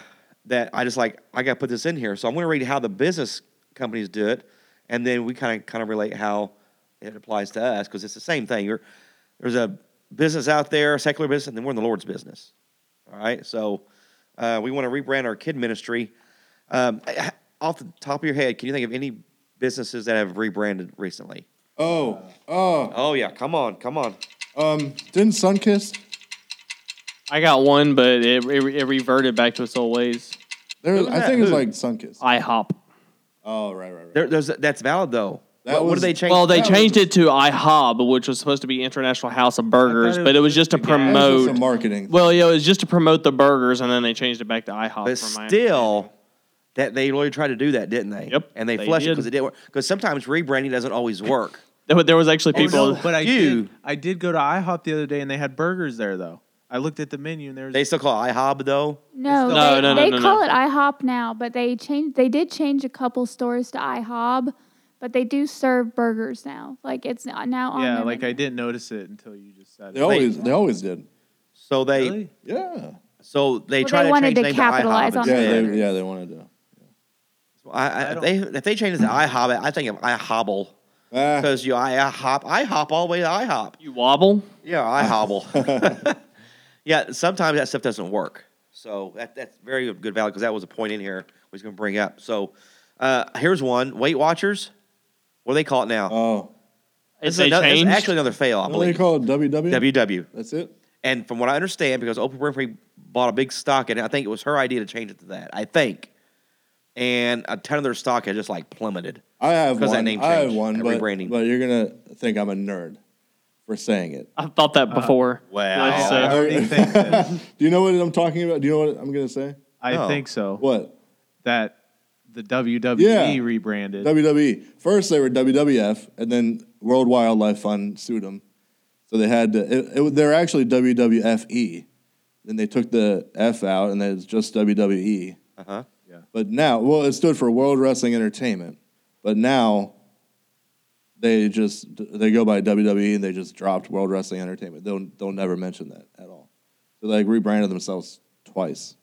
Speaker 2: that I just like I got to put this in here. So I'm going to read how the business companies do it, and then we kind of kind of relate how it applies to us because it's the same thing. You're, there's a business out there, a secular business, and then we're in the Lord's business. All right, so uh, we want to rebrand our kid ministry. Um, off the top of your head, can you think of any businesses that have rebranded recently?
Speaker 1: Oh, oh,
Speaker 2: Oh yeah, come on, come on.
Speaker 1: um, didn't Sunkist?
Speaker 4: I got one, but it it, it reverted back to its old ways.
Speaker 1: There,
Speaker 2: Who's
Speaker 1: I
Speaker 2: that?
Speaker 1: think it's
Speaker 2: Who?
Speaker 1: like Sunkist.
Speaker 4: IHOP.
Speaker 1: oh, right, right, right.
Speaker 2: There, there's that's valid though.
Speaker 1: That
Speaker 2: what, what
Speaker 1: was-
Speaker 2: did they change?
Speaker 4: Well, they
Speaker 1: that
Speaker 4: changed
Speaker 1: was-
Speaker 4: it to IHOB, which was supposed to be International House of Burgers,
Speaker 3: it
Speaker 4: but it was
Speaker 3: was
Speaker 4: just to
Speaker 3: just a gas-
Speaker 1: That was just a
Speaker 4: promote.
Speaker 1: marketing.
Speaker 4: Well, yeah, it was just to promote the burgers, and then they changed it back to IHOP.
Speaker 2: but
Speaker 4: for my-
Speaker 2: still, that they really tried to do that, didn't they?
Speaker 4: Yep,
Speaker 2: And they,
Speaker 4: they
Speaker 2: flushed it
Speaker 4: did.
Speaker 2: because it didn't work. Because sometimes rebranding doesn't always work.
Speaker 4: there, there was actually people.
Speaker 3: Oh, no, but I
Speaker 2: You-
Speaker 3: did, I did go to IHOP the other day and they had burgers there though. I looked at the menu and there was
Speaker 2: they still call it IHOB though.
Speaker 5: No,
Speaker 4: It's not- No, no,
Speaker 5: they,
Speaker 4: no,
Speaker 5: they
Speaker 4: no, no.
Speaker 5: call it IHOP now, but they changed. They did change a couple stores to IHOB, but they do serve burgers now. Like it's n- now on.
Speaker 3: yeah,
Speaker 5: their
Speaker 3: like I
Speaker 5: menu.
Speaker 3: didn't notice it until you just said
Speaker 1: They
Speaker 3: it.
Speaker 1: always, they always did.
Speaker 2: So they
Speaker 3: Really?
Speaker 1: Yeah,
Speaker 2: so they
Speaker 5: Well,
Speaker 2: tried
Speaker 5: they
Speaker 2: to
Speaker 5: wanted
Speaker 2: change
Speaker 5: to
Speaker 2: the name
Speaker 5: capitalize
Speaker 2: to IHOB
Speaker 5: on
Speaker 1: yeah,
Speaker 2: instead.
Speaker 1: they, yeah. They wanted to.
Speaker 2: I, I,
Speaker 3: I
Speaker 2: if
Speaker 3: don't-
Speaker 2: they if they change it to IHOB, I think of
Speaker 1: [laughs]
Speaker 2: IHOBble
Speaker 1: Ah,
Speaker 2: because you I, I hop I hop all the way to IHOP.
Speaker 4: You wobble.
Speaker 2: Yeah, [laughs] I hobble. yeah, sometimes that stuff doesn't work. So that, that's very good value because that was a point in here I was going to bring up. So uh, here's one Weight Watchers. What do they call it now?
Speaker 1: oh,
Speaker 2: This
Speaker 4: Is
Speaker 2: is
Speaker 4: they
Speaker 2: another- this is
Speaker 4: changed?
Speaker 2: actually another fail, I
Speaker 1: what do they
Speaker 2: believe.
Speaker 1: call it? WW.
Speaker 2: WW.
Speaker 1: That's it.
Speaker 2: And from what I understand, because Oprah Winfrey bought a big stock in it, I think it was her idea to change it to that. I think. And a ton of their stock had just like plummeted.
Speaker 1: I have one.
Speaker 2: Because that name
Speaker 1: I have
Speaker 2: change,
Speaker 1: one,
Speaker 2: that
Speaker 1: but,
Speaker 2: rebranding.
Speaker 1: but you're gonna think I'm a nerd for saying it.
Speaker 4: I thought that before.
Speaker 2: Wow.
Speaker 4: Like, so-
Speaker 3: I already think that.
Speaker 1: [laughs] Do you know what I'm talking about? Do you know what I'm gonna say?
Speaker 3: I
Speaker 2: No.
Speaker 3: think so.
Speaker 1: What
Speaker 3: That the WWE
Speaker 1: Yeah.
Speaker 3: rebranded.
Speaker 1: WWE? E. First they were WWF, and then World Wildlife Fund sued them, so they had to. It, it, they're actually WWFE. E. Then they took the F out, and then it's just WWE.
Speaker 2: Uh-huh.
Speaker 3: Yeah.
Speaker 1: But now, well, it stood for World Wrestling Entertainment. But now, they just they go by WWE, and they just dropped World Wrestling Entertainment. They'll they'll never mention that at all. They like rebranded themselves twice.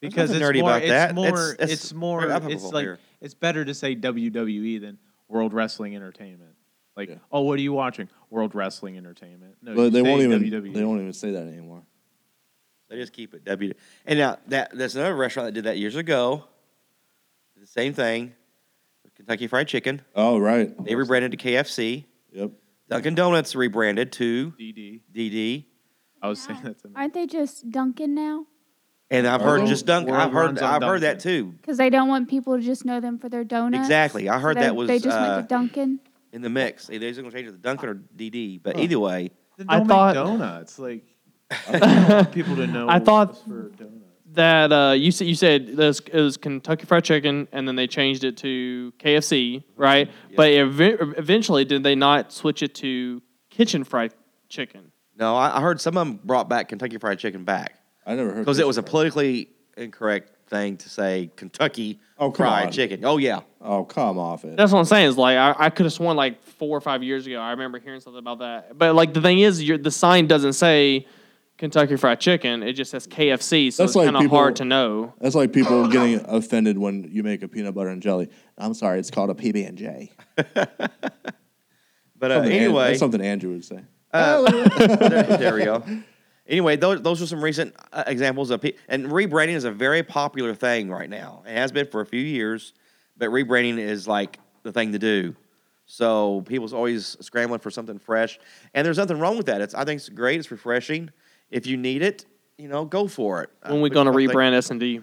Speaker 3: because it's
Speaker 2: nothing
Speaker 3: more,
Speaker 2: nerdy about
Speaker 3: it's
Speaker 2: that.
Speaker 3: more,
Speaker 2: It's-
Speaker 3: it's,
Speaker 2: it's
Speaker 3: more,
Speaker 2: very
Speaker 3: it's
Speaker 2: applicable
Speaker 3: like
Speaker 2: here.
Speaker 3: it's better to say WWE than World Wrestling Entertainment. Like,
Speaker 1: Yeah.
Speaker 3: oh, what are you watching? World Wrestling Entertainment. No, you
Speaker 1: but they
Speaker 3: E. say
Speaker 1: won't even
Speaker 3: WWE.
Speaker 1: they won't even say that anymore.
Speaker 2: They just keep it W. And now that there's another restaurant that did that years ago. The same thing, Kentucky Fried Chicken.
Speaker 1: Oh right.
Speaker 2: They rebranded to KFC.
Speaker 1: Yep.
Speaker 2: Dunkin' Donuts rebranded to
Speaker 3: DD.
Speaker 2: DD.
Speaker 3: I was saying that to me.
Speaker 5: Aren't they just Dunkin' now?
Speaker 2: And I've
Speaker 1: Oh.
Speaker 2: heard just Dunkin'.
Speaker 3: World
Speaker 2: I've heard
Speaker 3: runs on
Speaker 2: I've heard that
Speaker 3: Dunkin'.
Speaker 2: too.
Speaker 5: Because they don't want people to just know them for their donuts.
Speaker 2: Exactly. I
Speaker 5: So
Speaker 2: heard
Speaker 5: they-
Speaker 2: that was
Speaker 5: They just
Speaker 2: uh,
Speaker 5: went to Dunkin'.
Speaker 2: in the mix. Either they're going to change it to Dunkin' or DD. But either way,
Speaker 3: Then
Speaker 4: I
Speaker 3: don't make
Speaker 4: thought-
Speaker 1: [laughs]
Speaker 3: donuts. Like, I don't want people to know.
Speaker 4: I thought-
Speaker 3: what's for donuts.
Speaker 4: that uh, you said you said it was, it was Kentucky Fried Chicken, and then they changed it to KFC, right? But ev- eventually, did they not switch it to Kitchen Fried Chicken?
Speaker 2: no, I, I heard some of them brought back Kentucky Fried Chicken back
Speaker 1: I never heard
Speaker 2: because it was a
Speaker 1: play.
Speaker 2: politically incorrect thing to say Kentucky
Speaker 1: Oh, come
Speaker 2: Fried
Speaker 1: on.
Speaker 2: Chicken. Oh yeah,
Speaker 1: Oh come off it.
Speaker 4: That's what I'm saying. Is like I, I could have sworn like four or five years ago. I remember hearing something about that. But like the thing is, your the sign doesn't say Kentucky Fried Chicken. It just says KFC, so
Speaker 1: That's
Speaker 4: it's
Speaker 1: like
Speaker 4: kind of
Speaker 1: people-
Speaker 4: hard to know.
Speaker 1: That's like people getting offended when you make a peanut butter and jelly. I'm sorry, it's called a PB and J.
Speaker 2: but uh, anyway,
Speaker 1: that's something Andrew would say.
Speaker 2: there, Uh, [laughs] there we go. Anyway, those, those are some recent uh, examples of pe- and rebranding is a very popular thing right now. It has been for a few years, but rebranding is like the thing to do. So people's always scrambling for something fresh, and there's nothing wrong with that. It's I think it's great. It's refreshing. If you need it, you know, go for it.
Speaker 4: When we
Speaker 2: Uh,
Speaker 4: gonna
Speaker 2: because I think-
Speaker 4: rebrand S and D?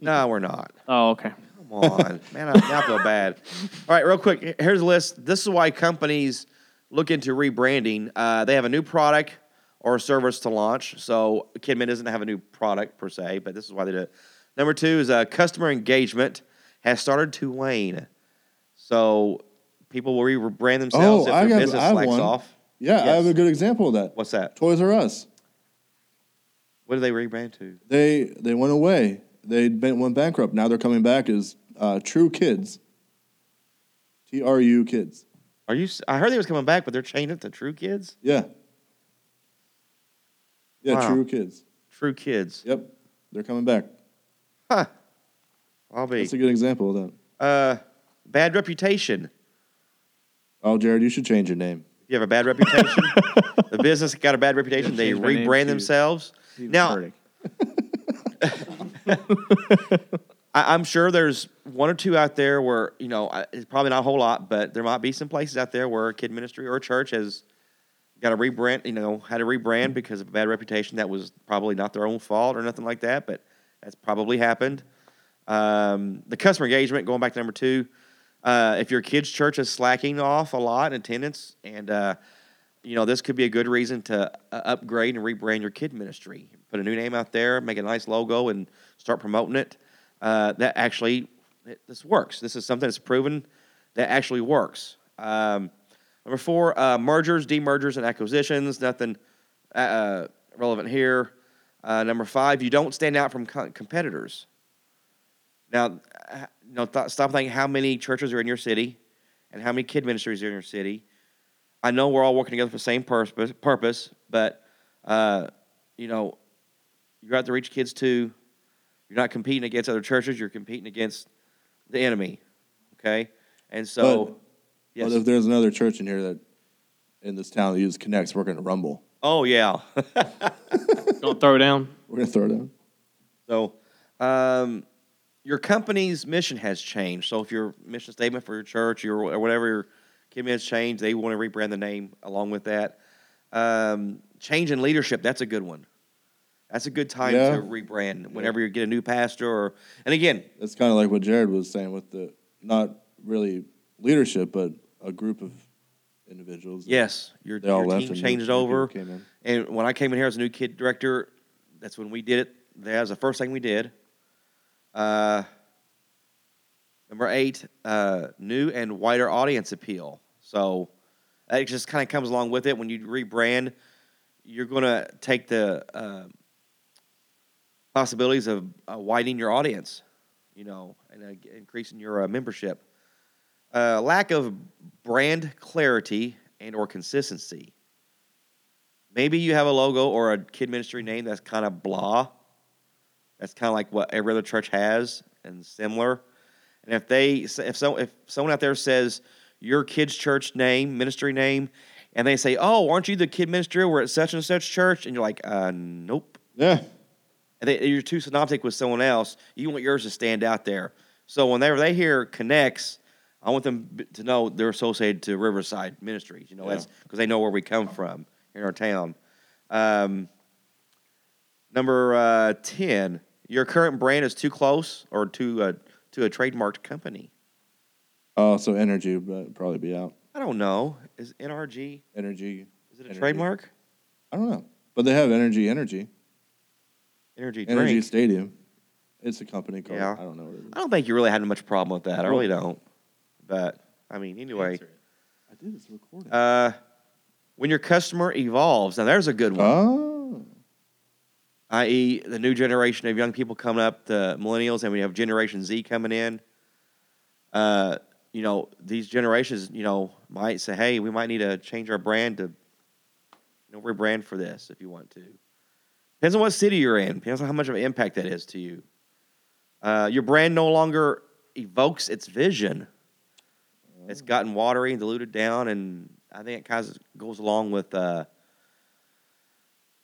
Speaker 2: No, we're not. [laughs]
Speaker 4: Oh, okay.
Speaker 2: Come
Speaker 1: [laughs]
Speaker 2: on, man. I, now I feel bad. All right, real quick. Here's a list. This is why companies look into rebranding. Uh, they have a new product or service to launch. So Kidman doesn't have a new product per se, but this is why they do it. Number two is uh, customer engagement has started to wane. So people will rebrand themselves
Speaker 1: Oh,
Speaker 2: if
Speaker 1: I
Speaker 2: their
Speaker 1: got-
Speaker 2: business
Speaker 1: I have
Speaker 2: slacks
Speaker 1: one.
Speaker 2: off.
Speaker 1: Yeah, I
Speaker 2: Yes.
Speaker 1: have a good example of that.
Speaker 2: What's that?
Speaker 1: Toys R Us.
Speaker 2: What do they rebrand to?
Speaker 1: They they went away. They been, went bankrupt. Now they're coming back as uh, True Kids. T R U Kids.
Speaker 2: Are you? s- I heard they was coming back, but they're changing it to True Kids.
Speaker 1: Yeah. Yeah,
Speaker 2: Wow.
Speaker 1: True Kids.
Speaker 2: True Kids.
Speaker 1: Yep, they're coming back.
Speaker 2: I'll be.
Speaker 1: That's a good example of that.
Speaker 2: Uh, bad reputation.
Speaker 1: Oh, Jared, you should change your name. Oh,
Speaker 2: If you have a bad reputation, the business got a bad reputation, they
Speaker 3: change my name
Speaker 2: rebrand
Speaker 3: to-
Speaker 2: themselves.
Speaker 3: Stephen
Speaker 2: Now-
Speaker 3: Furtick.
Speaker 2: I, I'm sure there's one or two out there where, you know, I- it's probably not a whole lot, but there might be some places out there where a kid ministry or a church has got a rebrand, you know, had a rebrand because of a bad reputation that was probably not their own fault or nothing like that, but that's probably happened. Um, the customer engagement, going back to number two, uh, if your kid's church is slacking off a lot in attendance, and uh, you know this could be a good reason to uh, upgrade and rebrand your kid ministry, put a new name out there, make a nice logo, and start promoting it. Uh, that actually, it, this works. This is something that's proven that actually works. Um, number four, uh, mergers, demergers, and acquisitions. Nothing uh, uh, relevant here. Uh, number five, you don't stand out from co- competitors. Now, uh, you know, th- stop thinking how many churches are in your city and how many kid ministries are in your city. I know we're all working together for the same purpose, purpose but, uh, you know, you're out to reach kids too. You're not competing against other churches. You're competing against the enemy, okay? And so,
Speaker 1: But-
Speaker 2: yes.
Speaker 1: But if there's another church in here that in this town that uses Connects, we're going to rumble.
Speaker 2: oh, yeah.
Speaker 4: Don't throw down.
Speaker 1: We're going to throw down.
Speaker 2: So, um, your company's mission has changed. So, if your mission statement for your church your, or whatever your commitment has changed, they want to rebrand the name along with that. Um, change in leadership. That's a good one. That's a good time
Speaker 1: Yeah.
Speaker 2: to rebrand whenever you get a new pastor or. And again,
Speaker 1: That's kind of like what Jared was saying with the not really leadership, but a group of individuals.
Speaker 2: yes, your,
Speaker 1: They all
Speaker 2: your
Speaker 1: left
Speaker 2: team
Speaker 1: and new-
Speaker 2: changed
Speaker 1: new people
Speaker 2: over.
Speaker 1: came in.
Speaker 2: And when I came in here as a new kid director, that's when we did it. That was the first thing we did. Uh, number eight, uh, new and wider audience appeal. So that just kind of comes along with it. When you rebrand, you're going to take the uh, possibilities of uh, widening your audience, you know, and uh, g- increasing your uh, membership. Uh, lack of brand clarity and or consistency maybe you have a logo or a kid ministry name that's kind of blah. That's kind of like what every other church has and similar. And if they, if so, if someone out there says your kid's church name, ministry name, and they say, "Oh, aren't you the kid ministry? We're at such and such church," and you're like, "Uh, nope."
Speaker 1: Yeah.
Speaker 2: And they, you're too synoptic with someone else. You want yours to stand out there. So whenever they hear connects, I want them b- to know they're associated to Riverside Ministries. You know, that's because they know where we come from in our town. Um, number uh, ten, your current brand is too close or too uh, to a trademarked company.
Speaker 1: Oh, so energy would probably be out.
Speaker 2: I don't know. Is NRG
Speaker 1: Energy.
Speaker 2: is it a
Speaker 1: Energy.
Speaker 2: trademark?
Speaker 1: I don't know, but they have energy. Energy.
Speaker 2: Energy drink.
Speaker 1: Energy Stadium. It's a company called.
Speaker 2: Yeah.
Speaker 1: I don't know what it is.
Speaker 2: I don't think you really had much problem with that. I really don't. But I mean, anyway.
Speaker 1: I did this recording.
Speaker 2: Uh, when your customer evolves, now there's a good one,
Speaker 1: oh.
Speaker 2: i.e., E, the new generation of young people coming up, the millennials, and we have Generation Z coming in. Uh, you know, these generations, you know, might say, hey, we might need to change our brand to, you know, rebrand for this if you want to. Depends on what city you're in, depends on how much of an impact that is to you. Uh, your brand no longer evokes its vision. It's gotten watery and diluted down, and I think it kind of goes along with uh,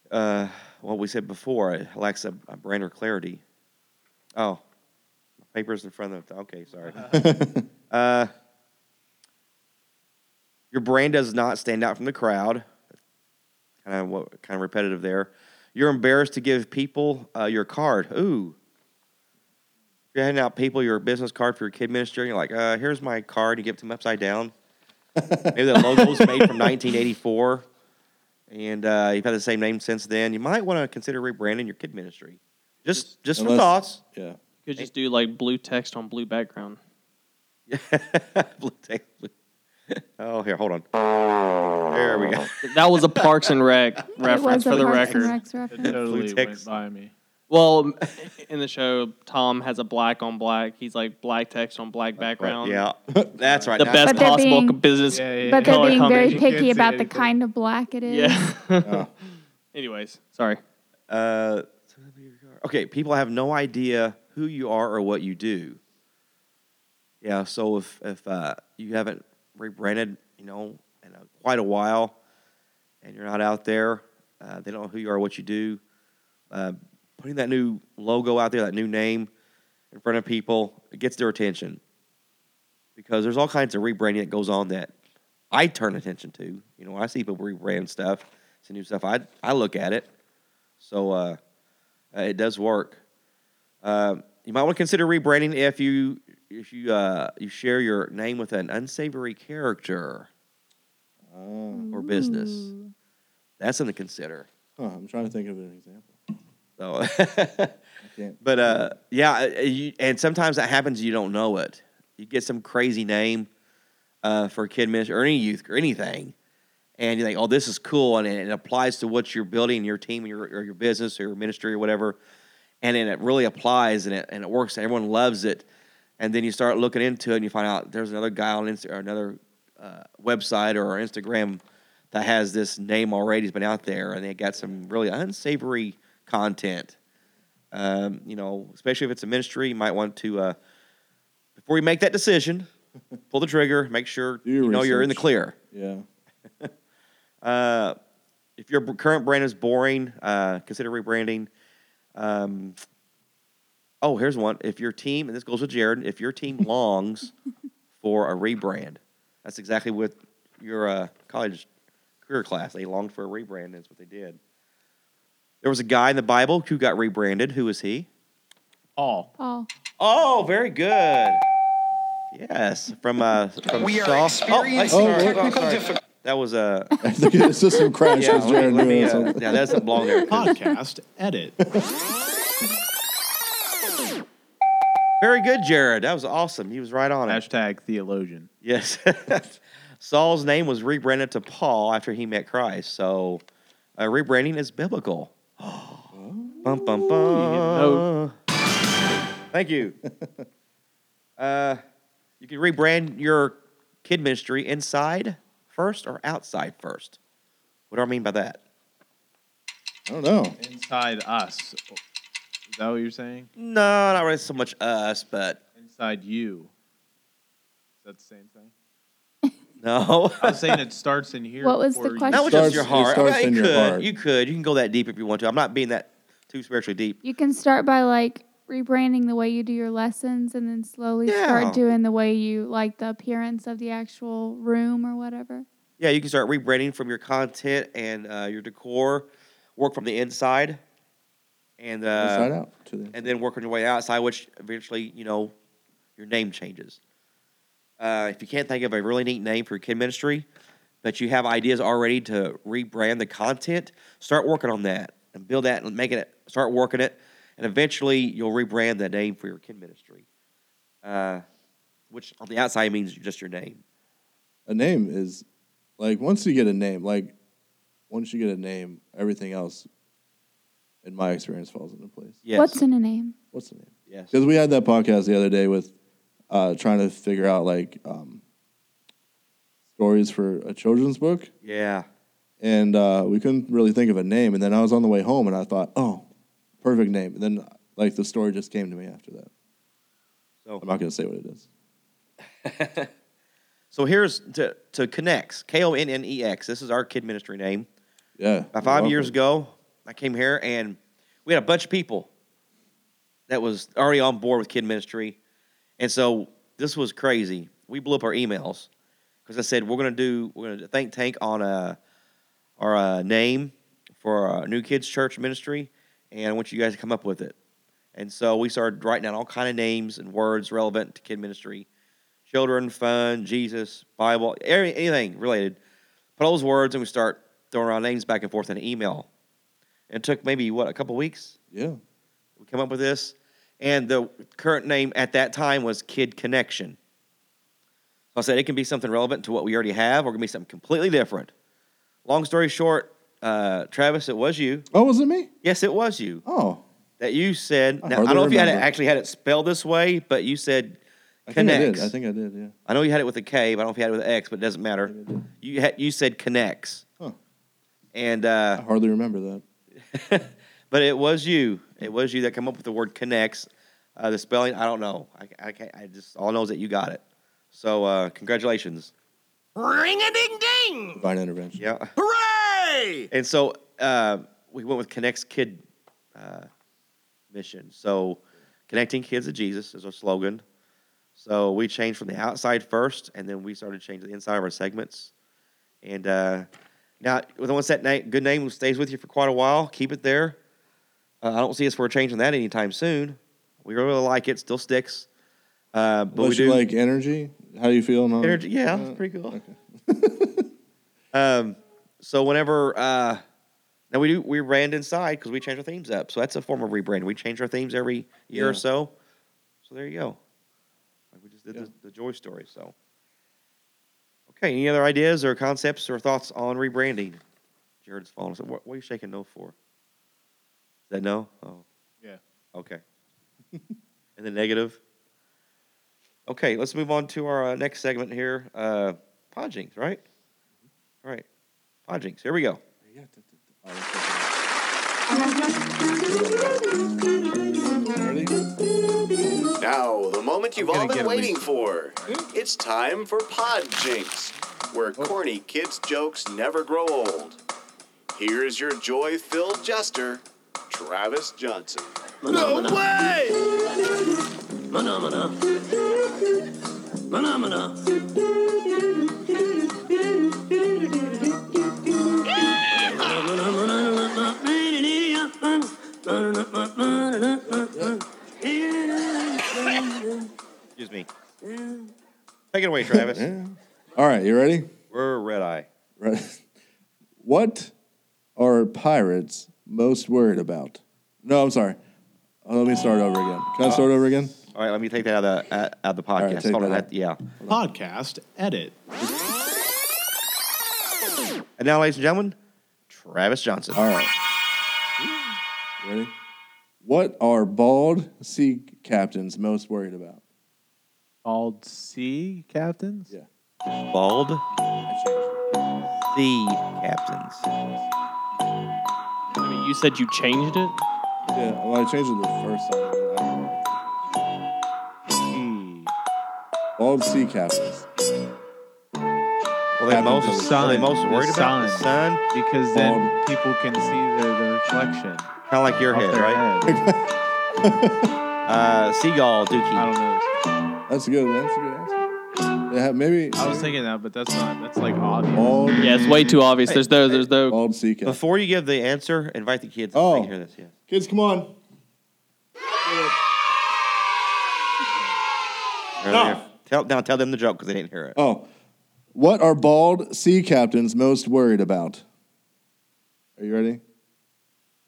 Speaker 2: uh, what we said before. It lacks a, a brand or clarity. Oh, my paper's in front of. Okay, sorry. [laughs] uh, your brand does not stand out from the crowd. Kind of what kind of repetitive there. You're embarrassed to give people uh, your card. Ooh. If you're handing out people your business card for your kid ministry, and you're like, uh, here's my card. You give it to them upside down. Maybe the logo's made from 1984, and uh, you've had the same name since then. You might want to consider rebranding your kid ministry. Just, just some
Speaker 1: Unless-
Speaker 2: thoughts.
Speaker 1: Yeah.
Speaker 4: You could just do like blue text on blue background.
Speaker 2: Yeah. [laughs] Blue tape. Oh, here, hold on. There we go.
Speaker 4: That was a Parks and
Speaker 5: [laughs]
Speaker 4: Rec reference
Speaker 5: was
Speaker 4: for
Speaker 5: a
Speaker 4: the
Speaker 5: Parks
Speaker 4: record.
Speaker 5: And Recs
Speaker 3: It
Speaker 5: reference.
Speaker 3: totally
Speaker 2: text.
Speaker 3: went by me.
Speaker 4: Well, [laughs] in the show, Tom has a black on black. He's like black text on black background.
Speaker 2: Yeah, that's right.
Speaker 4: The
Speaker 2: Now-
Speaker 4: best
Speaker 5: But they're
Speaker 4: possible
Speaker 5: being-
Speaker 4: business
Speaker 3: Yeah, yeah,
Speaker 4: color
Speaker 5: But they're being very
Speaker 4: combination.
Speaker 3: You can't
Speaker 5: picky
Speaker 3: see
Speaker 5: about the
Speaker 3: anything.
Speaker 5: kind of black it is.
Speaker 4: Yeah.
Speaker 1: Oh.
Speaker 4: [laughs] Anyways, sorry.
Speaker 2: Uh, okay, people have no idea who you are or what you do. Yeah, so if if uh, you haven't rebranded, you know, in a, quite a while, and you're not out there, uh, they don't know who you are, what you do. Uh, putting that new logo out there, that new name, in front of people, it gets their attention because there's all kinds of rebranding that goes on that I turn attention to. You know, when I see people rebrand stuff, see new stuff. I I look at it. So uh, uh, it does work. Um you might want to consider rebranding if you if you uh, you share your name with an unsavory character
Speaker 1: Oh.
Speaker 2: or business.
Speaker 5: Ooh.
Speaker 2: That's something to consider.
Speaker 1: Huh, I'm trying to think of an example.
Speaker 2: [laughs] So,
Speaker 1: I can't.
Speaker 2: but uh, yeah, uh, you, and sometimes that happens. You don't know it. You get some crazy name uh, for a kid ministry or any youth or anything, and you think, "Oh, this is cool," and it, it applies to what you're building, your team, your or your business, or your ministry, or whatever. And then it really applies, and it and it works, and everyone loves it. And then you start looking into it, and you find out there's another guy on Insta- or another uh, website or Instagram that has this name already. has been out there, and they got some really unsavory content. Um, you know, especially if it's a ministry, you might want to uh, before you make that
Speaker 1: [laughs]
Speaker 2: decision, pull the trigger, make sure
Speaker 1: Do your
Speaker 2: you know you're in the
Speaker 1: research.
Speaker 2: clear.
Speaker 1: Yeah.
Speaker 2: Uh, if your b- current brand is boring, uh, consider rebranding. Um, oh, here's one. If your team, and this goes with Jared, if your
Speaker 7: [laughs]
Speaker 2: team longs for a rebrand, that's exactly what your uh, college career class. They longed for a rebrand, and that's what they did. There was a guy in the Bible who got rebranded. Who was he?
Speaker 3: All.
Speaker 5: Paul.
Speaker 2: Oh, very good. Yes, from uh, from
Speaker 7: We are
Speaker 2: Saul.
Speaker 7: experiencing
Speaker 2: oh, sorry.
Speaker 7: technical
Speaker 2: sorry.
Speaker 7: difficulties.
Speaker 2: That was uh,
Speaker 1: [laughs] I think the system crashed
Speaker 2: yeah,
Speaker 1: because
Speaker 2: let
Speaker 1: Jared
Speaker 2: me, let
Speaker 1: knew
Speaker 2: me,
Speaker 1: it.
Speaker 2: uh,
Speaker 1: so-
Speaker 2: yeah, that's a blonde hair.
Speaker 8: Podcast edit.
Speaker 2: Very good, Jared. That was awesome. He was right on it.
Speaker 3: Hashtag theologian.
Speaker 2: Yes. [laughs] Saul's name was rebranded to Paul after he met Christ. So uh, rebranding is biblical. [gasps] bum, bum, bum.
Speaker 4: know.
Speaker 2: Thank [laughs] you. uh, you can rebrand your kid ministry inside first or outside first. What do I mean by that?
Speaker 1: I don't know.
Speaker 3: Inside us. Is that what you're saying?
Speaker 2: No, not really so much us, but
Speaker 3: Inside you. Is that the same thing?
Speaker 2: no. [laughs]
Speaker 3: I was saying it starts in here.
Speaker 5: What was the
Speaker 3: before you-
Speaker 5: question?
Speaker 2: Not with
Speaker 1: starts-
Speaker 2: just your
Speaker 1: it
Speaker 2: heart. I
Speaker 1: starts
Speaker 2: mean,
Speaker 1: in
Speaker 2: you
Speaker 1: your
Speaker 2: could,
Speaker 1: heart.
Speaker 2: you could, you can go that deep if you want to. I'm not being that too spiritually deep.
Speaker 5: You can start by like rebranding the way you do your lessons and then slowly
Speaker 2: Yeah.
Speaker 5: start doing the way you like the appearance of the actual room or whatever.
Speaker 2: Yeah, you can start rebranding from your content and uh, your decor, work from the inside, and
Speaker 1: Inside
Speaker 2: uh,
Speaker 1: out. To the,
Speaker 2: and then work on your way outside, which eventually, you know, your name changes. Uh, if you can't think of a really neat name for your kid ministry, but you have ideas already to rebrand the content, start working on that and build that and making it. Start working it, and eventually you'll rebrand the name for your kid ministry, uh, which on the outside means just your name.
Speaker 1: a name is like once you get a name, like once you get a name, everything else, in my experience, falls into place.
Speaker 2: Yes.
Speaker 5: What's in a name?
Speaker 1: What's the name?
Speaker 2: yes.
Speaker 1: Because we had that podcast the other day with uh, trying to figure out like um, stories for a children's book,
Speaker 2: Yeah.
Speaker 1: and uh, we couldn't really think of a name. And then I was on the way home, and I thought, oh, perfect name. And then like the story just came to me after that.
Speaker 2: So-
Speaker 1: I'm not gonna say what it is.
Speaker 2: So here's to to connects K O N N E X. This is our kid ministry name.
Speaker 1: Yeah,
Speaker 2: About five
Speaker 1: Welcome.
Speaker 2: years ago, I came here and we had a bunch of people that was already on board with kid ministry, and so this was crazy. We blew up our emails because I said we're gonna do we're gonna do a think tank on a our uh, name for our new kids church ministry, and I want you guys to come up with it. And so we started writing down all kind of names and words relevant to kid ministry, children, fun, Jesus, Bible, any- anything related. Put all those words, and we start throwing our names back and forth in an email. It took maybe what a couple weeks.
Speaker 1: Yeah,
Speaker 2: We came up with this, and the current name at that time was Kid Connection. So I said it can be something relevant to what we already have, or it can be something completely different. Long story short, uh, Travis, it was you.
Speaker 1: oh, was it me?
Speaker 2: Yes, it was you
Speaker 1: Oh,
Speaker 2: that you said. now,
Speaker 1: I
Speaker 2: I don't
Speaker 1: hardly
Speaker 2: know if you had it,
Speaker 1: remember.
Speaker 2: actually had it spelled this way, but you said
Speaker 1: I
Speaker 2: connects.
Speaker 1: think I did. I think I did. Yeah.
Speaker 2: I know you had it with a K, but I don't know if you had it with an X, but it doesn't matter.
Speaker 1: Maybe I did.
Speaker 2: You had, you said connects,
Speaker 1: Huh.
Speaker 2: and
Speaker 1: I
Speaker 2: uh,
Speaker 1: hardly remember that.
Speaker 2: [laughs] but it was you. It was you that come up with the word connects. Uh, the spelling, I don't know. I, I can't. I just all I know is that you got it. So uh, congratulations.
Speaker 7: Ring a ding ding!
Speaker 1: Divine intervention.
Speaker 2: Yeah.
Speaker 7: Hooray!
Speaker 2: And so uh, we went with Connects Kid uh, mission. So connecting kids to Jesus is our slogan. So we changed from the outside first, and then we started changing the inside of our segments. And uh, now, once that na- good name stays with you for quite a while, keep it there. Uh, I don't see us for changing that anytime soon. We really like it; still sticks. Uh, but we
Speaker 1: Unless
Speaker 2: do
Speaker 1: you like energy, how do you feel? No?
Speaker 2: energy. Yeah,
Speaker 1: Uh,
Speaker 2: that's pretty cool. [laughs] um, so whenever uh, now we do we brand inside because we change our themes up. So that's a form of rebranding. We change our themes every year
Speaker 1: Yeah.
Speaker 2: or so. So there you go. Like we just did
Speaker 1: Yeah.
Speaker 2: the, the joy story. So okay, any other ideas or concepts or thoughts on rebranding? Jared's falling. So what, what are you shaking no for? Is that no? Oh,
Speaker 3: Yeah.
Speaker 2: Okay. [laughs] and the negative. Okay, let's move on to our uh, next segment here. Uh, Podjinx, right?
Speaker 1: Mm-hmm.
Speaker 2: All right. Podjinx. Here we go.
Speaker 6: Now, the moment you've
Speaker 3: I'm
Speaker 6: all
Speaker 3: gonna
Speaker 6: been
Speaker 3: get a Hmm?
Speaker 6: waiting for. It's time for Pod Jinx, where corny kids' jokes never grow old. Here's your joy filled jester, Travis Johnson.
Speaker 7: No way!
Speaker 9: Manamana. Manamana.
Speaker 2: Excuse me. Mm. Take it away, Travis.
Speaker 1: Mm. All right, you ready?
Speaker 2: We're red eye.
Speaker 1: Right. [laughs] What are pirates most worried about? No, I'm sorry. Oh, let me start over again. Can I start over again?
Speaker 2: All right, let me take that out of the, out of the podcast.
Speaker 1: take
Speaker 2: Hold on,
Speaker 1: that out.
Speaker 2: that- yeah.
Speaker 8: Podcast edit.
Speaker 2: And now, ladies and gentlemen, Travis Johnson.
Speaker 1: All right. Ready? What are bald sea captains most worried about?
Speaker 3: Bald sea captains.
Speaker 1: Yeah.
Speaker 2: Bald sea captains.
Speaker 4: I mean, you said you changed it.
Speaker 1: Yeah, well, I changed it the first time. I don't know.
Speaker 3: Sea.
Speaker 1: Bald sea captains.
Speaker 2: Well, they most,
Speaker 1: The
Speaker 2: are they
Speaker 3: sun.
Speaker 2: most worried
Speaker 3: The
Speaker 2: about the sun?
Speaker 3: Because then people can see their, their reflection.
Speaker 2: Kind of like Um, your
Speaker 3: off
Speaker 2: head,
Speaker 3: their
Speaker 2: right? [laughs]
Speaker 3: head.
Speaker 2: Uh, seagull,
Speaker 3: I
Speaker 2: dookie.
Speaker 3: don't know.
Speaker 1: That's good. That's a good answer. Yeah, maybe.
Speaker 3: I was thinking that, but that's not. That's
Speaker 2: Oh.
Speaker 3: like obvious.
Speaker 1: bald,
Speaker 4: Yeah, it's way too obvious. There's no, there's no.
Speaker 1: bald sea captains.
Speaker 2: Before you give the answer, invite the kids.
Speaker 1: Oh.
Speaker 2: Oh. hear this. Yeah.
Speaker 1: Kids, come on.
Speaker 2: Earlier. Tell, now tell them the joke because they didn't hear it.
Speaker 1: Oh, what are bald sea captains most worried about? Are you ready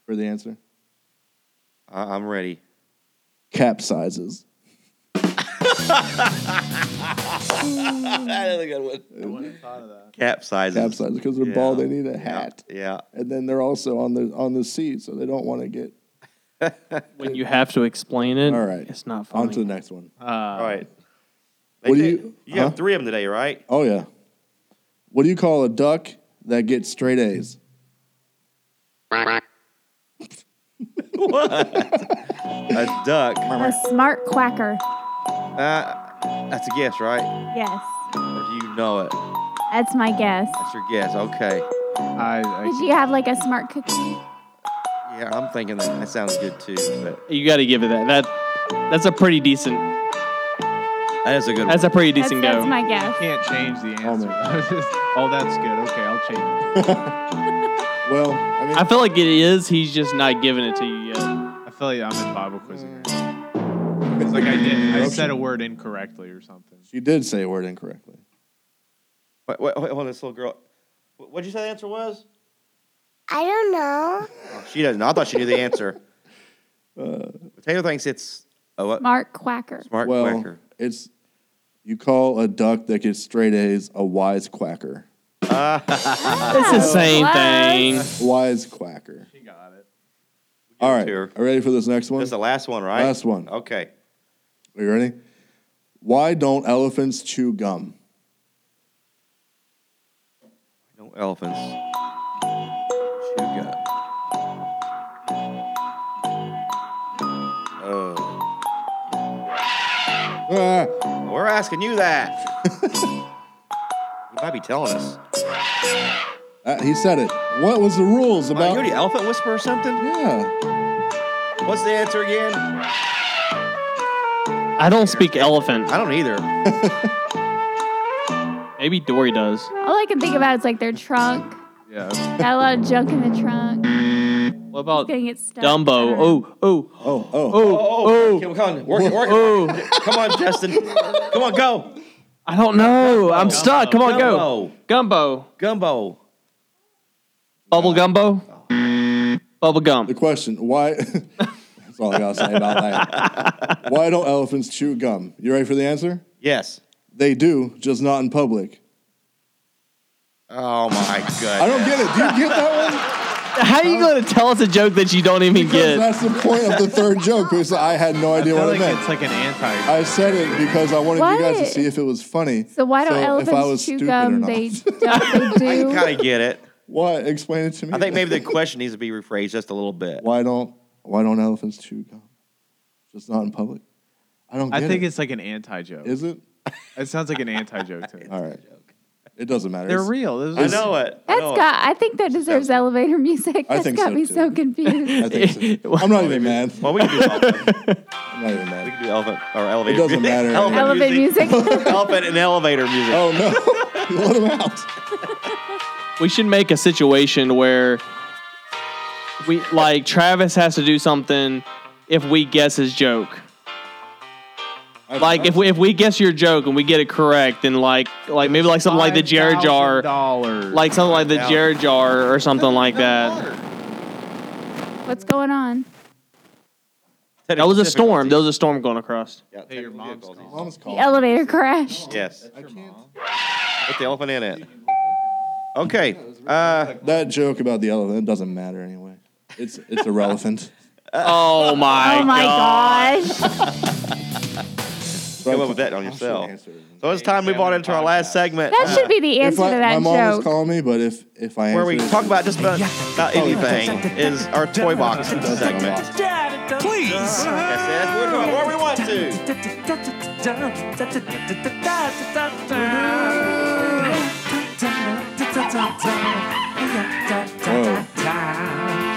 Speaker 1: for the answer?
Speaker 2: I, I'm ready.
Speaker 1: Capsizes.
Speaker 3: I wouldn't have thought of that.
Speaker 2: Capsizes.
Speaker 1: Capsizes because they're
Speaker 2: Yeah.
Speaker 1: bald. They need a
Speaker 2: Yeah.
Speaker 1: hat,
Speaker 2: Yeah.
Speaker 1: and then they're also on the on the sea, so they don't want to get.
Speaker 4: When you have to explain it,
Speaker 1: All right.
Speaker 4: it's not
Speaker 1: On to the
Speaker 4: funny.
Speaker 1: next one.
Speaker 3: Uh,
Speaker 2: All right.
Speaker 1: What do
Speaker 2: did-
Speaker 1: you-
Speaker 2: You have
Speaker 1: huh?
Speaker 2: three of them today, right?
Speaker 1: Oh yeah. What do you call a duck that gets straight A's?
Speaker 2: A duck.
Speaker 5: A smart quacker.
Speaker 2: Uh, that's a guess, right?
Speaker 5: Yes,
Speaker 2: Or do you know it?
Speaker 5: that's my guess.
Speaker 2: That's your guess. Okay.
Speaker 3: I, I
Speaker 5: Did you have like a smart cookie?
Speaker 2: Yeah, I'm thinking that that sounds good too. But
Speaker 4: You got to give it that. That that's a pretty decent.
Speaker 2: that is a good
Speaker 4: That's a pretty
Speaker 5: That's,
Speaker 4: decent
Speaker 5: that's
Speaker 4: go.
Speaker 5: my guess.
Speaker 3: can't change the
Speaker 1: Oh,
Speaker 3: answer. [laughs] oh, that's good. Okay, I'll change. It.
Speaker 1: Well, I mean,
Speaker 4: I feel like it is. He's just not giving it to you yet.
Speaker 3: I feel like I'm in Bible quizzing. Right now. It's like I did. I said a word incorrectly or something.
Speaker 1: she did say a word incorrectly.
Speaker 2: Wait, wait, wait, hold on, this little girl. Wh- What'd you say the answer was?
Speaker 10: I don't know.
Speaker 2: Oh, she doesn't. know. I thought she knew the
Speaker 1: [laughs]
Speaker 2: answer. Potato thinks it's a what?
Speaker 5: Smart quacker.
Speaker 2: Smart
Speaker 1: Uh, well,
Speaker 2: quacker.
Speaker 1: it's you call a duck that gets straight A's a wise quacker.
Speaker 4: It's the same
Speaker 5: What?
Speaker 4: thing.
Speaker 1: Wise quacker.
Speaker 3: She got it.
Speaker 1: All right.
Speaker 2: Here.
Speaker 1: Are ready for this next one?
Speaker 2: This is Oh. the last one, right?
Speaker 1: Last one.
Speaker 2: Okay.
Speaker 1: Are you ready? Why don't elephants chew gum?
Speaker 2: No elephants. Chew gum. Oh.
Speaker 1: Ah, [laughs]
Speaker 2: We're asking you that. you might be telling us.
Speaker 1: ah, he said it. What was the rules
Speaker 2: Am I
Speaker 1: about?
Speaker 2: you the elephant whisper or something?
Speaker 1: yeah.
Speaker 2: What's the answer again?
Speaker 4: I don't speak elephant.
Speaker 2: I don't either.
Speaker 4: Maybe Dory does.
Speaker 5: All I can think about is like their trunk.
Speaker 3: Yeah.
Speaker 5: Got a lot of junk in the trunk.
Speaker 4: What about
Speaker 5: Gonna get stuck.
Speaker 4: Dumbo? Oh, oh, oh,
Speaker 1: Oh, oh.
Speaker 4: oh,
Speaker 2: Okay, well, come on, work it, work
Speaker 1: [laughs]
Speaker 2: it.
Speaker 4: oh.
Speaker 2: Come on, Justin. Come on, go.
Speaker 4: I don't know. I'm stuck. Come on, go.
Speaker 2: Gumbo.
Speaker 4: Gumbo.
Speaker 2: Gumbo.
Speaker 4: Bubble gumbo. Bubble
Speaker 1: The
Speaker 4: gum.
Speaker 1: question: Why? [laughs] that's all I gotta say about that. Why don't elephants chew gum? You ready for the answer?
Speaker 2: Yes.
Speaker 1: They do, just not in public.
Speaker 2: Oh my god.
Speaker 1: I don't get it. Do you get that one?
Speaker 3: [laughs]
Speaker 4: How are you going to tell us a joke that you don't even
Speaker 1: Because
Speaker 4: get?
Speaker 1: that's the point of the third joke because I had no
Speaker 3: I
Speaker 1: idea
Speaker 3: feel
Speaker 1: what
Speaker 3: like
Speaker 1: it
Speaker 3: it's
Speaker 1: meant.
Speaker 3: like an anti.
Speaker 1: I said it because I wanted you guys to
Speaker 5: What?
Speaker 1: see if it was funny.
Speaker 5: So why don't
Speaker 1: So if I was
Speaker 5: elephants chew
Speaker 1: stupid or
Speaker 5: gum?
Speaker 1: not. [laughs]
Speaker 5: They don't. They do.
Speaker 2: kind of get it.
Speaker 1: Why? Explain it to me.
Speaker 2: I think maybe the question needs to be rephrased just a little bit.
Speaker 1: [laughs] why don't why don't elephants chew gum? Just not in public. I don't.
Speaker 3: I
Speaker 1: get
Speaker 3: think
Speaker 1: it.
Speaker 3: it's like an anti joke.
Speaker 1: Is it?
Speaker 3: It sounds like an anti joke to me.
Speaker 1: All right. It doesn't matter.
Speaker 3: They're
Speaker 1: It's-
Speaker 3: real. This
Speaker 2: I
Speaker 3: is-
Speaker 2: know it. I
Speaker 5: That's
Speaker 2: know it.
Speaker 5: got. I think that deserves elevator music.
Speaker 1: I
Speaker 5: That's
Speaker 1: think
Speaker 5: got
Speaker 1: so,
Speaker 5: me
Speaker 1: too.
Speaker 5: so confused.
Speaker 1: [laughs] I think
Speaker 3: [laughs]
Speaker 1: so. I'm not even mad.
Speaker 2: Well, we can do elephant.
Speaker 1: I'm not even
Speaker 2: We
Speaker 1: mad.
Speaker 2: can do elephant or elevator.
Speaker 1: doesn't
Speaker 2: music.
Speaker 1: matter
Speaker 2: elephant
Speaker 1: anymore.
Speaker 5: Elevator music. [laughs]
Speaker 2: elephant and elevator music.
Speaker 1: Oh no! [laughs] Let him out.
Speaker 4: We should make a situation where we like Travis has to do something if we guess his joke. Like if we if we guess your joke and we get it correct, then like like maybe like something like the Jared Jar,
Speaker 3: $5,000.
Speaker 4: like something like the
Speaker 3: $5,000.
Speaker 4: Jared Jar or something like that.
Speaker 5: What's going on?
Speaker 4: That was a storm. There was a storm going across.
Speaker 2: Yeah,
Speaker 3: Hey, your mom's calling.
Speaker 1: Mom's
Speaker 5: The
Speaker 1: calling.
Speaker 5: elevator crashed.
Speaker 2: Yes.
Speaker 1: I can't.
Speaker 2: Put the elephant in it. Okay. Uh,
Speaker 1: That joke about the elephant doesn't matter anyway. It's it's irrelevant.
Speaker 4: [laughs] Oh [laughs] my!
Speaker 5: oh my gosh.
Speaker 1: So I
Speaker 2: [laughs] Come up
Speaker 1: can-
Speaker 2: with that on
Speaker 1: I should
Speaker 2: yourself.
Speaker 1: answer it.
Speaker 2: so it's time to move on into our last segment.
Speaker 5: That should be the
Speaker 1: If
Speaker 5: answer
Speaker 1: I,
Speaker 5: to
Speaker 1: my
Speaker 5: that
Speaker 1: mom was
Speaker 5: joke.
Speaker 1: calling me, but if if I
Speaker 2: where we
Speaker 1: answer it,
Speaker 2: talk about just about, about anything is our toy box segment.
Speaker 7: Please.
Speaker 2: That's it. We're doing where we want to.
Speaker 1: Whoa.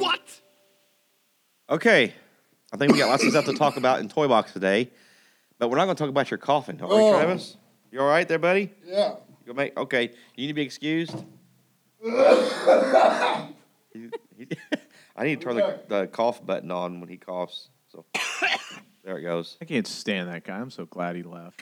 Speaker 7: What?
Speaker 2: Okay. I think we got lots of stuff to talk about in toy box today, but we're not going to talk about your coffin, are we,
Speaker 1: Oh.
Speaker 2: Travis? You all right there, buddy?
Speaker 1: Yeah.
Speaker 2: You make okay. You need to be [laughs] excused. He- he- [laughs] I need to turn the, the cough button on when he coughs. So [coughs] there it goes.
Speaker 3: I can't stand that guy. I'm so glad he left.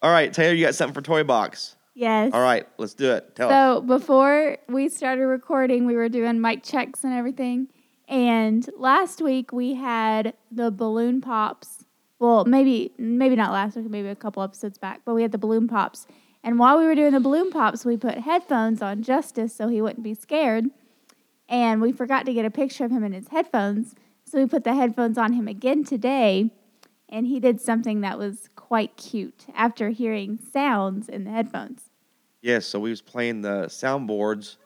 Speaker 2: All right, Taylor, you got something for toy box.
Speaker 5: Yes.
Speaker 2: All right, let's do it. Tell us.
Speaker 5: So before we started recording, we were doing mic checks and everything. And last week we had the balloon pops. Well, maybe maybe not last week, maybe a couple episodes back, but we had the balloon pops. And while we were doing the balloon pops, we put headphones on Justice so he wouldn't be scared. And we forgot to get a picture of him in his headphones. So we put the headphones on him again today. And he did something that was quite cute after hearing sounds in the headphones.
Speaker 2: Yes, so we was playing the soundboards,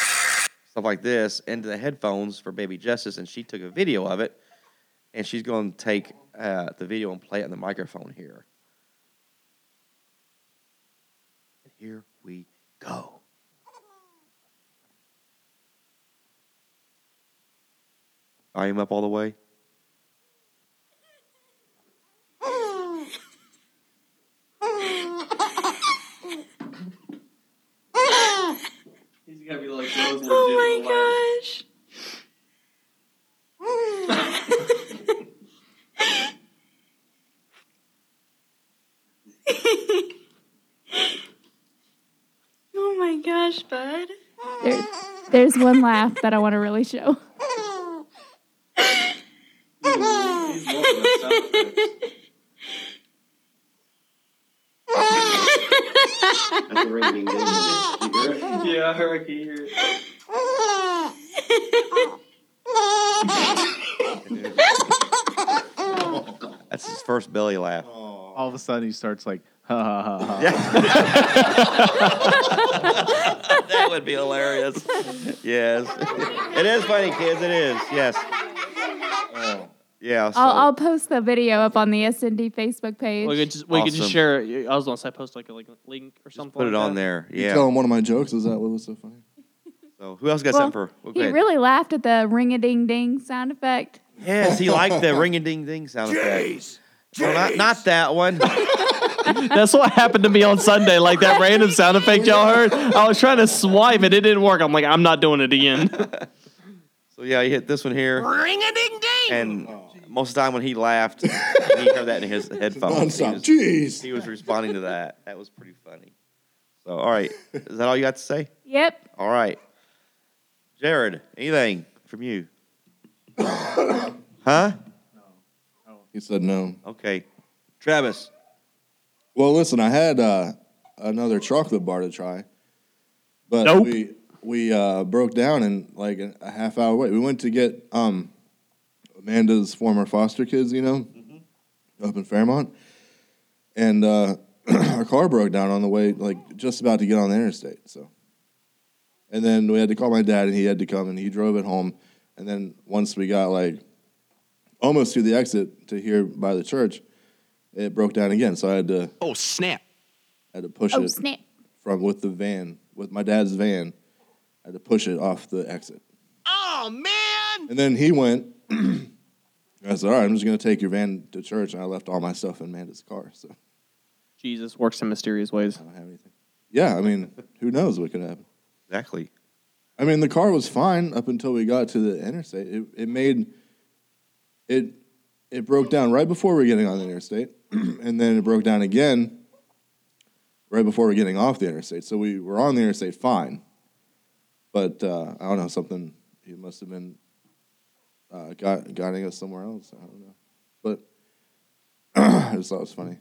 Speaker 2: stuff like this, into the headphones for Baby Justice, and she took a video of it, and she's going to take uh, the video and play it on the microphone here. Here we go. Volume up all the way.
Speaker 4: He's gotta be like, oh my god!
Speaker 11: Oh my gosh, bud. [laughs]
Speaker 5: There, there's one laugh that I want to really show.
Speaker 4: Yeah, hurricane.
Speaker 2: That's his first belly laugh.
Speaker 3: All of a sudden, he starts like, ha ha ha ha. [laughs]
Speaker 2: that would be hilarious. yes. It is funny, kids. It is. Yes. Oh, Yeah. So,
Speaker 5: I'll, I'll post the video up on the SND Facebook page.
Speaker 4: We could just we could
Speaker 2: Awesome.
Speaker 4: just share. it. I was gonna say post like a like link or something.
Speaker 2: put it
Speaker 4: like
Speaker 2: on
Speaker 4: that.
Speaker 2: there.
Speaker 1: You
Speaker 2: Yeah.
Speaker 1: tell him one of my jokes. Is that what was so funny?
Speaker 2: so who else got
Speaker 5: Well,
Speaker 2: something for? well, go
Speaker 5: he
Speaker 2: ahead.
Speaker 5: really laughed at the ring a ding ding sound effect.
Speaker 2: yes, he liked [laughs] the ring a ding ding sound effect. No, not, not that one.
Speaker 4: [laughs] That's what happened to me on Sunday. Like that random sound effect y'all heard. I was trying to swipe it. It didn't work. I'm like, I'm not doing it again.
Speaker 2: [laughs] So yeah, he hit this one here,
Speaker 7: Ring a ding ding.
Speaker 2: and most of the time when he laughed, he heard that in his headphones. He
Speaker 1: Nonstop.
Speaker 2: was,
Speaker 1: Jeez.
Speaker 2: he was responding to that. That was pretty funny. So all right, is that all you got to say?
Speaker 5: Yep.
Speaker 2: All right. Jared, anything from you? [coughs] huh?
Speaker 1: He said no.
Speaker 2: Okay. Travis.
Speaker 1: Well, listen, I had uh, another chocolate bar to try, but
Speaker 4: Nope.
Speaker 1: we we uh, broke down in like a a half hour wait. We went to get um, Amanda's former foster kids, you know,
Speaker 7: Mm-hmm.
Speaker 1: up in Fairmont, and uh, [clears throat] our car broke down on the way, like just about to get on the interstate. So, and then we had to call my dad, and he had to come, and he drove it home. And then once we got like almost to the exit to here by the church, it broke down again. So I had to
Speaker 7: Oh snap.
Speaker 1: had to push
Speaker 5: Oh
Speaker 1: it
Speaker 5: snap!
Speaker 1: from with the van, with my dad's van. I had to push it off the exit.
Speaker 7: Oh man!
Speaker 1: And then he went. [clears throat] I said, "All right, I'm just gonna take your van to church." And I left all my stuff in Amanda's car. So
Speaker 4: [laughs] Jesus works in mysterious ways. I
Speaker 1: don't have anything. yeah, I mean, who knows what could happen?
Speaker 2: Exactly.
Speaker 1: I mean, the car was fine up until we got to the interstate. It, it made it it broke down right before we were getting on the interstate, [clears throat] and then it broke down again right before we were getting off the interstate. So we were on the interstate fine, but uh, I don't know something. It must have been uh, gui- guiding us somewhere else. I don't know, but [clears throat] I just thought it was funny.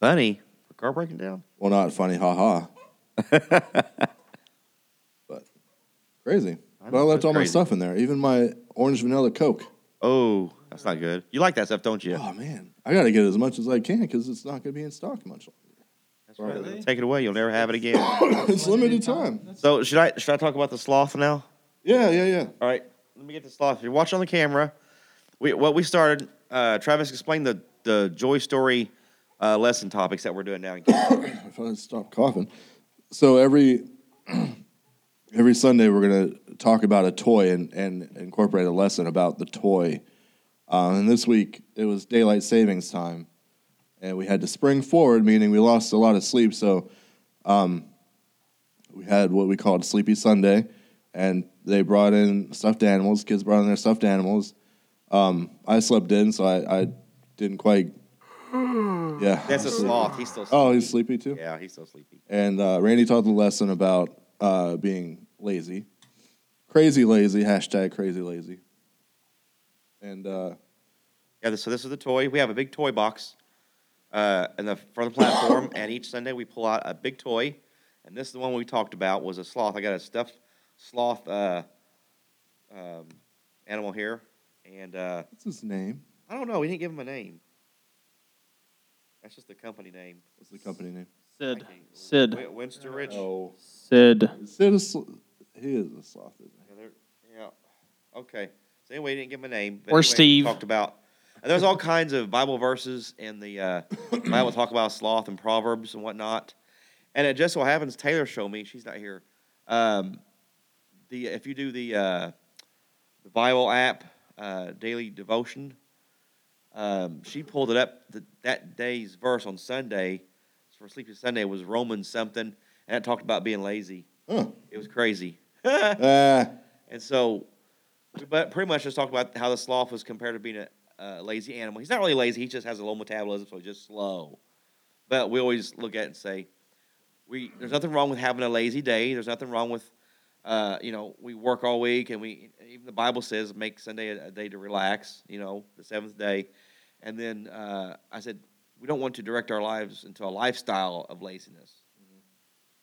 Speaker 2: Funny. Car breaking down.
Speaker 1: Well, not
Speaker 2: [laughs]
Speaker 1: funny, haha. but crazy.
Speaker 2: I
Speaker 1: but I
Speaker 2: know,
Speaker 1: left
Speaker 2: that's
Speaker 1: all my
Speaker 2: crazy.
Speaker 1: stuff in there, even my orange vanilla Coke.
Speaker 2: Oh, that's not good. You like that stuff, don't you?
Speaker 1: Oh man, I gotta get as much as I can because it's not gonna be in stock much longer. That's
Speaker 2: Take it away. You'll never have it again.
Speaker 1: it's limited time.
Speaker 2: so should I should I talk about the sloth now?
Speaker 1: Yeah, yeah, yeah.
Speaker 2: All right, let me get the sloth. You're watching on the camera. We what we started. Uh, Travis explained the the joy story uh, lesson topics that we're doing now.
Speaker 1: I thought I'd stop coughing. So every [clears throat] every Sunday we're gonna talk about a toy and, and incorporate a lesson about the toy. Um, and this week it was daylight savings time, and we had to spring forward, meaning we lost a lot of sleep. So um, we had what we called Sleepy Sunday, and they brought in stuffed animals. Kids brought in their stuffed animals. Um, I slept in, so I, I didn't quite. Yeah,
Speaker 2: That's a sloth. He's still. Sleepy.
Speaker 1: Oh, he's sleepy too.
Speaker 2: Yeah, he's still sleepy.
Speaker 1: And uh, Randy taught the lesson about uh, being lazy, crazy lazy hashtag crazy lazy. And uh,
Speaker 2: Yeah. So this is the toy. We have a big toy box uh, in the front of the platform, [coughs] and each Sunday we pull out a big toy, and this is the one we talked about was a sloth. I got a stuffed sloth uh, um, animal here, and uh,
Speaker 1: what's his name?
Speaker 2: I don't know. We didn't give him a name. That's just the company name.
Speaker 1: What's the company name?
Speaker 4: Sid. Sid.
Speaker 2: Win- Winster Rich.
Speaker 1: Oh,
Speaker 4: Sid.
Speaker 1: Sid is sl- he is a sloth. Isn't
Speaker 2: Yeah, they're- yeah. Okay. So anyway, we didn't give him a name. but
Speaker 4: Or
Speaker 2: anyway, we
Speaker 4: Steve.
Speaker 2: Talked about. And there's all kinds of Bible verses in the uh, [coughs] Bible talk about sloth and proverbs and whatnot. And it just so happens Taylor showed me. She's not here. Um, the if you do the uh, the Bible app uh, daily devotion, um, she pulled it up. The, that day's verse on Sunday for Sleepy Sunday was Romans something, and it talked about being lazy.
Speaker 1: Huh.
Speaker 2: It was crazy. [laughs]
Speaker 1: he? Uh,
Speaker 2: And so, but pretty much just talked about how the sloth was compared to being a, a lazy animal. He's not really lazy; he just has a low metabolism, so he's just slow. But we always look at it and say, we there's nothing wrong with having a lazy day. There's nothing wrong with, uh, you know, we work all week, and we even the Bible says make Sunday a, a day to relax. You know, the seventh day, and then uh, I said we don't want to direct our lives into a lifestyle of laziness,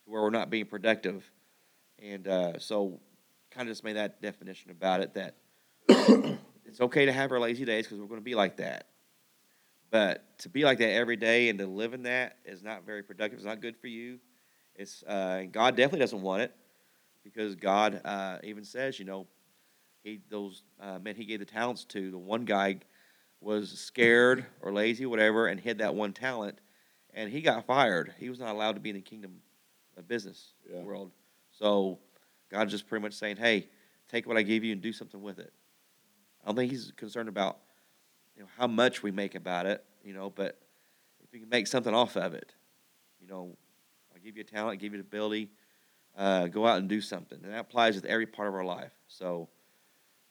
Speaker 2: to where we're not being productive, and uh, so kind of just made that definition about it that [coughs] it's okay to have our lazy days because we're going to be like that. But to be like that every day and to live in that is not very productive. It's not good for you. It's uh, and God definitely doesn't want it because God uh, even says, you know, he those uh, men he gave the talents to. The one guy was scared or lazy, whatever, and hid that one talent, and he got fired. He was not allowed to be in the kingdom of business
Speaker 1: Yeah.
Speaker 2: world. So God's just pretty much saying, "Hey, take what I give you and do something with it." I don't think He's concerned about you know how much we make about it, you know, but if you can make something off of it, you know, I give you a talent, I give you the ability, uh, go out and do something, and that applies with every part of our life. So,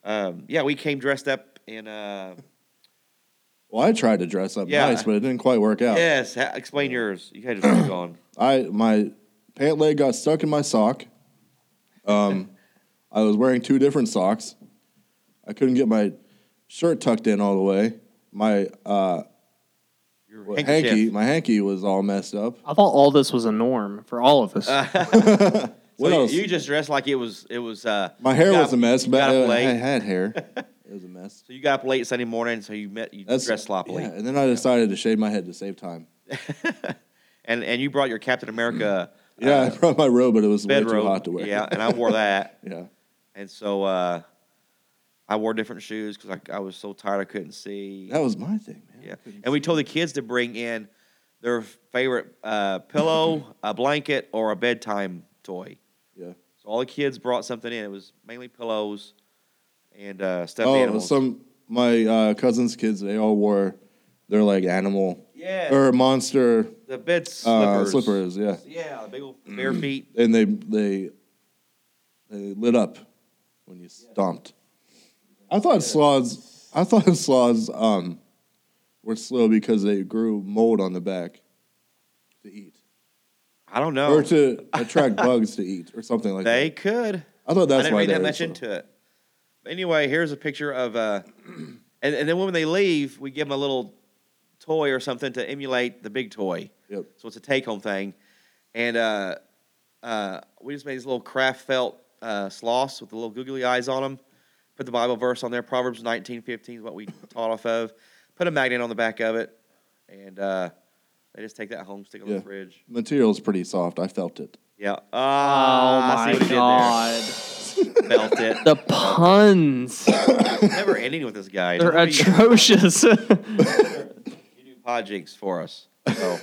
Speaker 2: um, yeah, we came dressed up in. Uh,
Speaker 1: well, I tried to dress up
Speaker 2: Yeah.
Speaker 1: nice, but it didn't quite work out.
Speaker 2: Yes, ha- explain yours. You had
Speaker 1: [clears throat]
Speaker 2: your shoes on.
Speaker 1: I my pant leg got stuck in my sock. Um, I was wearing two different socks. I couldn't get my shirt tucked in all the way. My uh,
Speaker 2: Your
Speaker 1: what-
Speaker 2: handkerchief.
Speaker 1: hanky, my hanky was all messed up.
Speaker 4: I thought all this was a norm for all [laughs] of us.
Speaker 2: So
Speaker 1: What
Speaker 2: you,
Speaker 1: else?
Speaker 2: you just dressed like it was. It was. Uh,
Speaker 1: my hair
Speaker 2: you got-
Speaker 1: was a mess,
Speaker 2: you
Speaker 1: but
Speaker 2: got up
Speaker 1: I, I
Speaker 2: late. [laughs]
Speaker 1: had hair. It was a mess.
Speaker 2: so you got up late Sunday morning. So you met. You
Speaker 1: That's-
Speaker 2: dressed sloppily.
Speaker 1: Yeah, and then I decided to shave my head to save time.
Speaker 2: And and you brought your Captain America
Speaker 1: Yeah, [laughs]
Speaker 2: uh,
Speaker 1: I brought my robe, but it was way
Speaker 2: bed
Speaker 1: too
Speaker 2: robe.
Speaker 1: hot to wear.
Speaker 2: Yeah, and I wore that.
Speaker 1: [laughs] yeah.
Speaker 2: And so uh, I wore different shoes because I, I was so tired I couldn't see.
Speaker 1: That was my thing, man.
Speaker 2: Yeah. And we told the kids to bring in their favorite uh,
Speaker 1: [clears throat]
Speaker 2: pillow, a blanket, or a bedtime toy.
Speaker 1: Yeah.
Speaker 2: So all the kids brought something in. It was mainly pillows and uh, stuffed
Speaker 1: oh,
Speaker 2: animals.
Speaker 1: some my uh, cousins' kids they all wore their like animal
Speaker 2: Yeah.
Speaker 1: or monster
Speaker 2: the bed
Speaker 1: Er, uh,
Speaker 2: slippers.
Speaker 1: slippers. Yeah,
Speaker 2: Yeah, the big old
Speaker 1: [clears throat]
Speaker 2: bare feet.
Speaker 1: and they they they lit up when you stomped. I thought sloths. I thought [laughs] sloths um, were slow because they grew mold on the back to eat,
Speaker 2: I don't know.
Speaker 1: or to [laughs] attract bugs to eat, or something like
Speaker 2: They
Speaker 1: that.
Speaker 2: could.
Speaker 1: I thought that's
Speaker 2: I didn't
Speaker 1: why
Speaker 2: read
Speaker 1: they
Speaker 2: that
Speaker 1: were
Speaker 2: much
Speaker 1: slow.
Speaker 2: into it. But anyway, here's a picture of, uh, [clears throat] and, and then when they leave, we give them a little toy or something to emulate the big toy.
Speaker 1: Yep.
Speaker 2: So it's a take home thing. And uh, uh, we just made these little craft felt uh, sloths with the little googly eyes on them. Put the Bible verse on there. Proverbs 19:15 is what we [laughs] taught off of. Put a magnet on the back of it. And uh, they just take that home, stick it on
Speaker 1: Yeah.
Speaker 2: the fridge.
Speaker 1: Material's pretty soft. I felt it.
Speaker 2: Yeah. Oh,
Speaker 4: Oh
Speaker 2: I see
Speaker 4: my
Speaker 2: what he did there.
Speaker 4: god.
Speaker 2: Felt it.
Speaker 1: [laughs]
Speaker 4: The [laughs] puns.
Speaker 2: Never ending with this guy.
Speaker 4: They're
Speaker 2: Whenever you-
Speaker 4: atrocious. [laughs]
Speaker 2: you do pod jigs for
Speaker 1: [laughs]
Speaker 2: us. So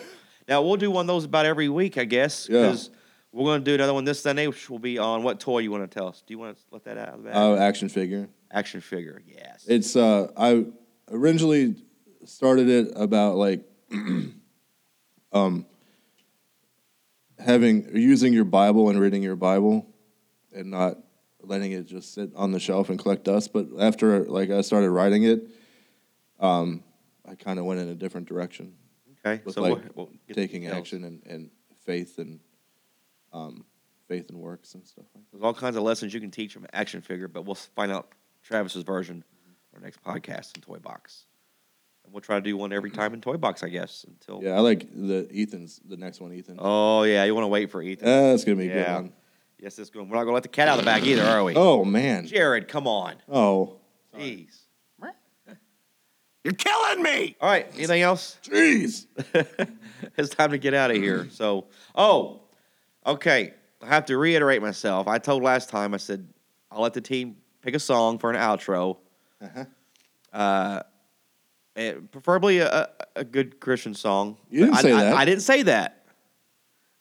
Speaker 2: now we'll do one of those about every week, I guess. Because we're going to do another one this Sunday, which will be on what toy you want to tell us. Do you want to let that out of the bag?
Speaker 1: Uh, action figure.
Speaker 2: Action figure, yes.
Speaker 1: It's uh, I originally started it about like [clears throat] um having using your Bible and reading your Bible and not letting it just sit on the shelf and collect dust. But after like I started writing it, um, I kind of went in a different direction
Speaker 2: okay,
Speaker 1: with
Speaker 2: so
Speaker 1: like
Speaker 2: we'll, we'll get
Speaker 1: taking
Speaker 2: details.
Speaker 1: action and, and faith and um, faith and works and stuff like
Speaker 2: There's all kinds of lessons you can teach from action figure, but we'll find out Travis's version on our next podcast in Toy Box. And we'll try to do one every time in Toy Box, I guess, until.
Speaker 1: that. Yeah, I like the Ethan's the next one, Ethan.
Speaker 2: Oh, yeah, you want to wait for Ethan.
Speaker 1: Ah, that's gonna be a
Speaker 2: Yeah.
Speaker 1: good one.
Speaker 2: yes, it's going. We're not going to let the cat out of the bag either, are we?
Speaker 1: Oh man.
Speaker 2: Jared, come on.
Speaker 1: Oh.
Speaker 2: Jeez.
Speaker 1: [laughs]
Speaker 9: You're killing me!
Speaker 2: All right. Anything else? [laughs]
Speaker 1: Jeez.
Speaker 2: it's time to get out of here.
Speaker 1: [clears throat]
Speaker 2: So, oh, okay. I have to reiterate myself. I told last time, I said, I'll let the team pick a song for an outro.
Speaker 1: Uh-huh.
Speaker 2: Uh, and preferably a, a- a good Christian song.
Speaker 1: You didn't
Speaker 2: I,
Speaker 1: say
Speaker 2: I-
Speaker 1: that.
Speaker 2: I didn't say that.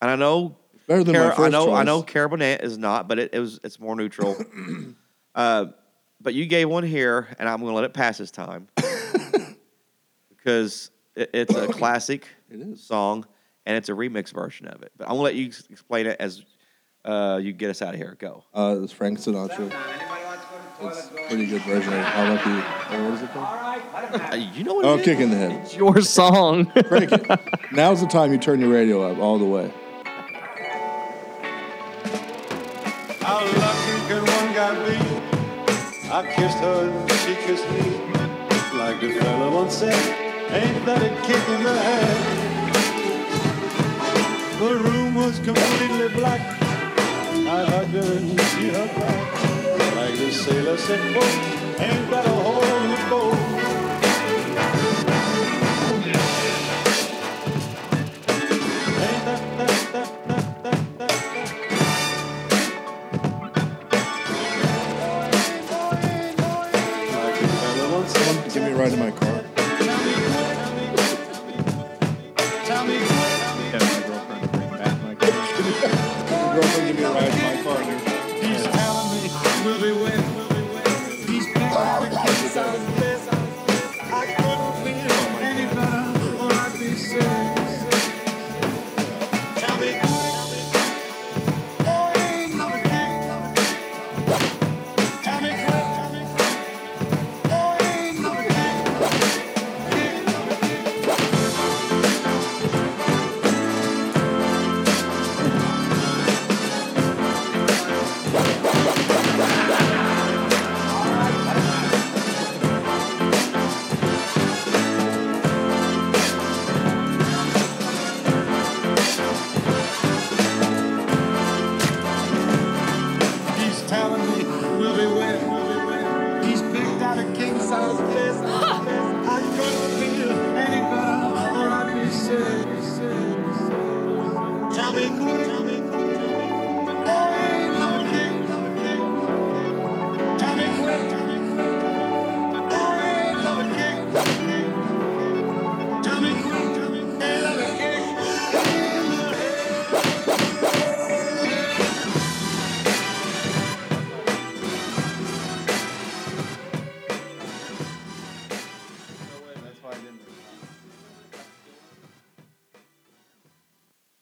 Speaker 2: And I know
Speaker 1: Better than my
Speaker 2: Car-
Speaker 1: first
Speaker 2: I know,
Speaker 1: choice.
Speaker 2: I know, Cara Bonnet is not, but it, it was it's more
Speaker 1: [clears throat]
Speaker 2: neutral. uh, but you gave one here, and I'm going to let it pass this time because [laughs] it, it's a classic
Speaker 1: It is.
Speaker 2: song, and it's a remix version of it. But I'm going to let you ex- explain it as uh, you get us out of here. Go.
Speaker 1: Uh, it's Frank Sinatra. It's a pretty good version of I'll Let You. Or what is it called?
Speaker 2: Uh, you know what?
Speaker 1: Oh,
Speaker 2: it is?
Speaker 1: kick in the head.
Speaker 4: Your song.
Speaker 1: Crank it. Now's the time you turn your radio up all the way.
Speaker 12: How lucky can one guy be? I kissed her and she kissed me. Like the fella once said, ain't that a kick in the head? The room was completely black. I hugged her and she hugged back. Like the sailor said, "Oh, ain't that a hole in the boat? Ain't that, that, that, that, that, that, that. Like the fella once said,
Speaker 1: Come give me a ride in my car.
Speaker 3: Yeah, my girlfriend bring back my car.
Speaker 1: Your girlfriend, give me a ride in my car.
Speaker 12: He's telling me we'll be wet. He's picking up the kiss I was missing. I couldn't feel any better or I'd be serious. Tell me, oh, ain't no kick. Tell me, oh, ain't no kick. Kick. Ain't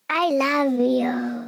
Speaker 10: I love you.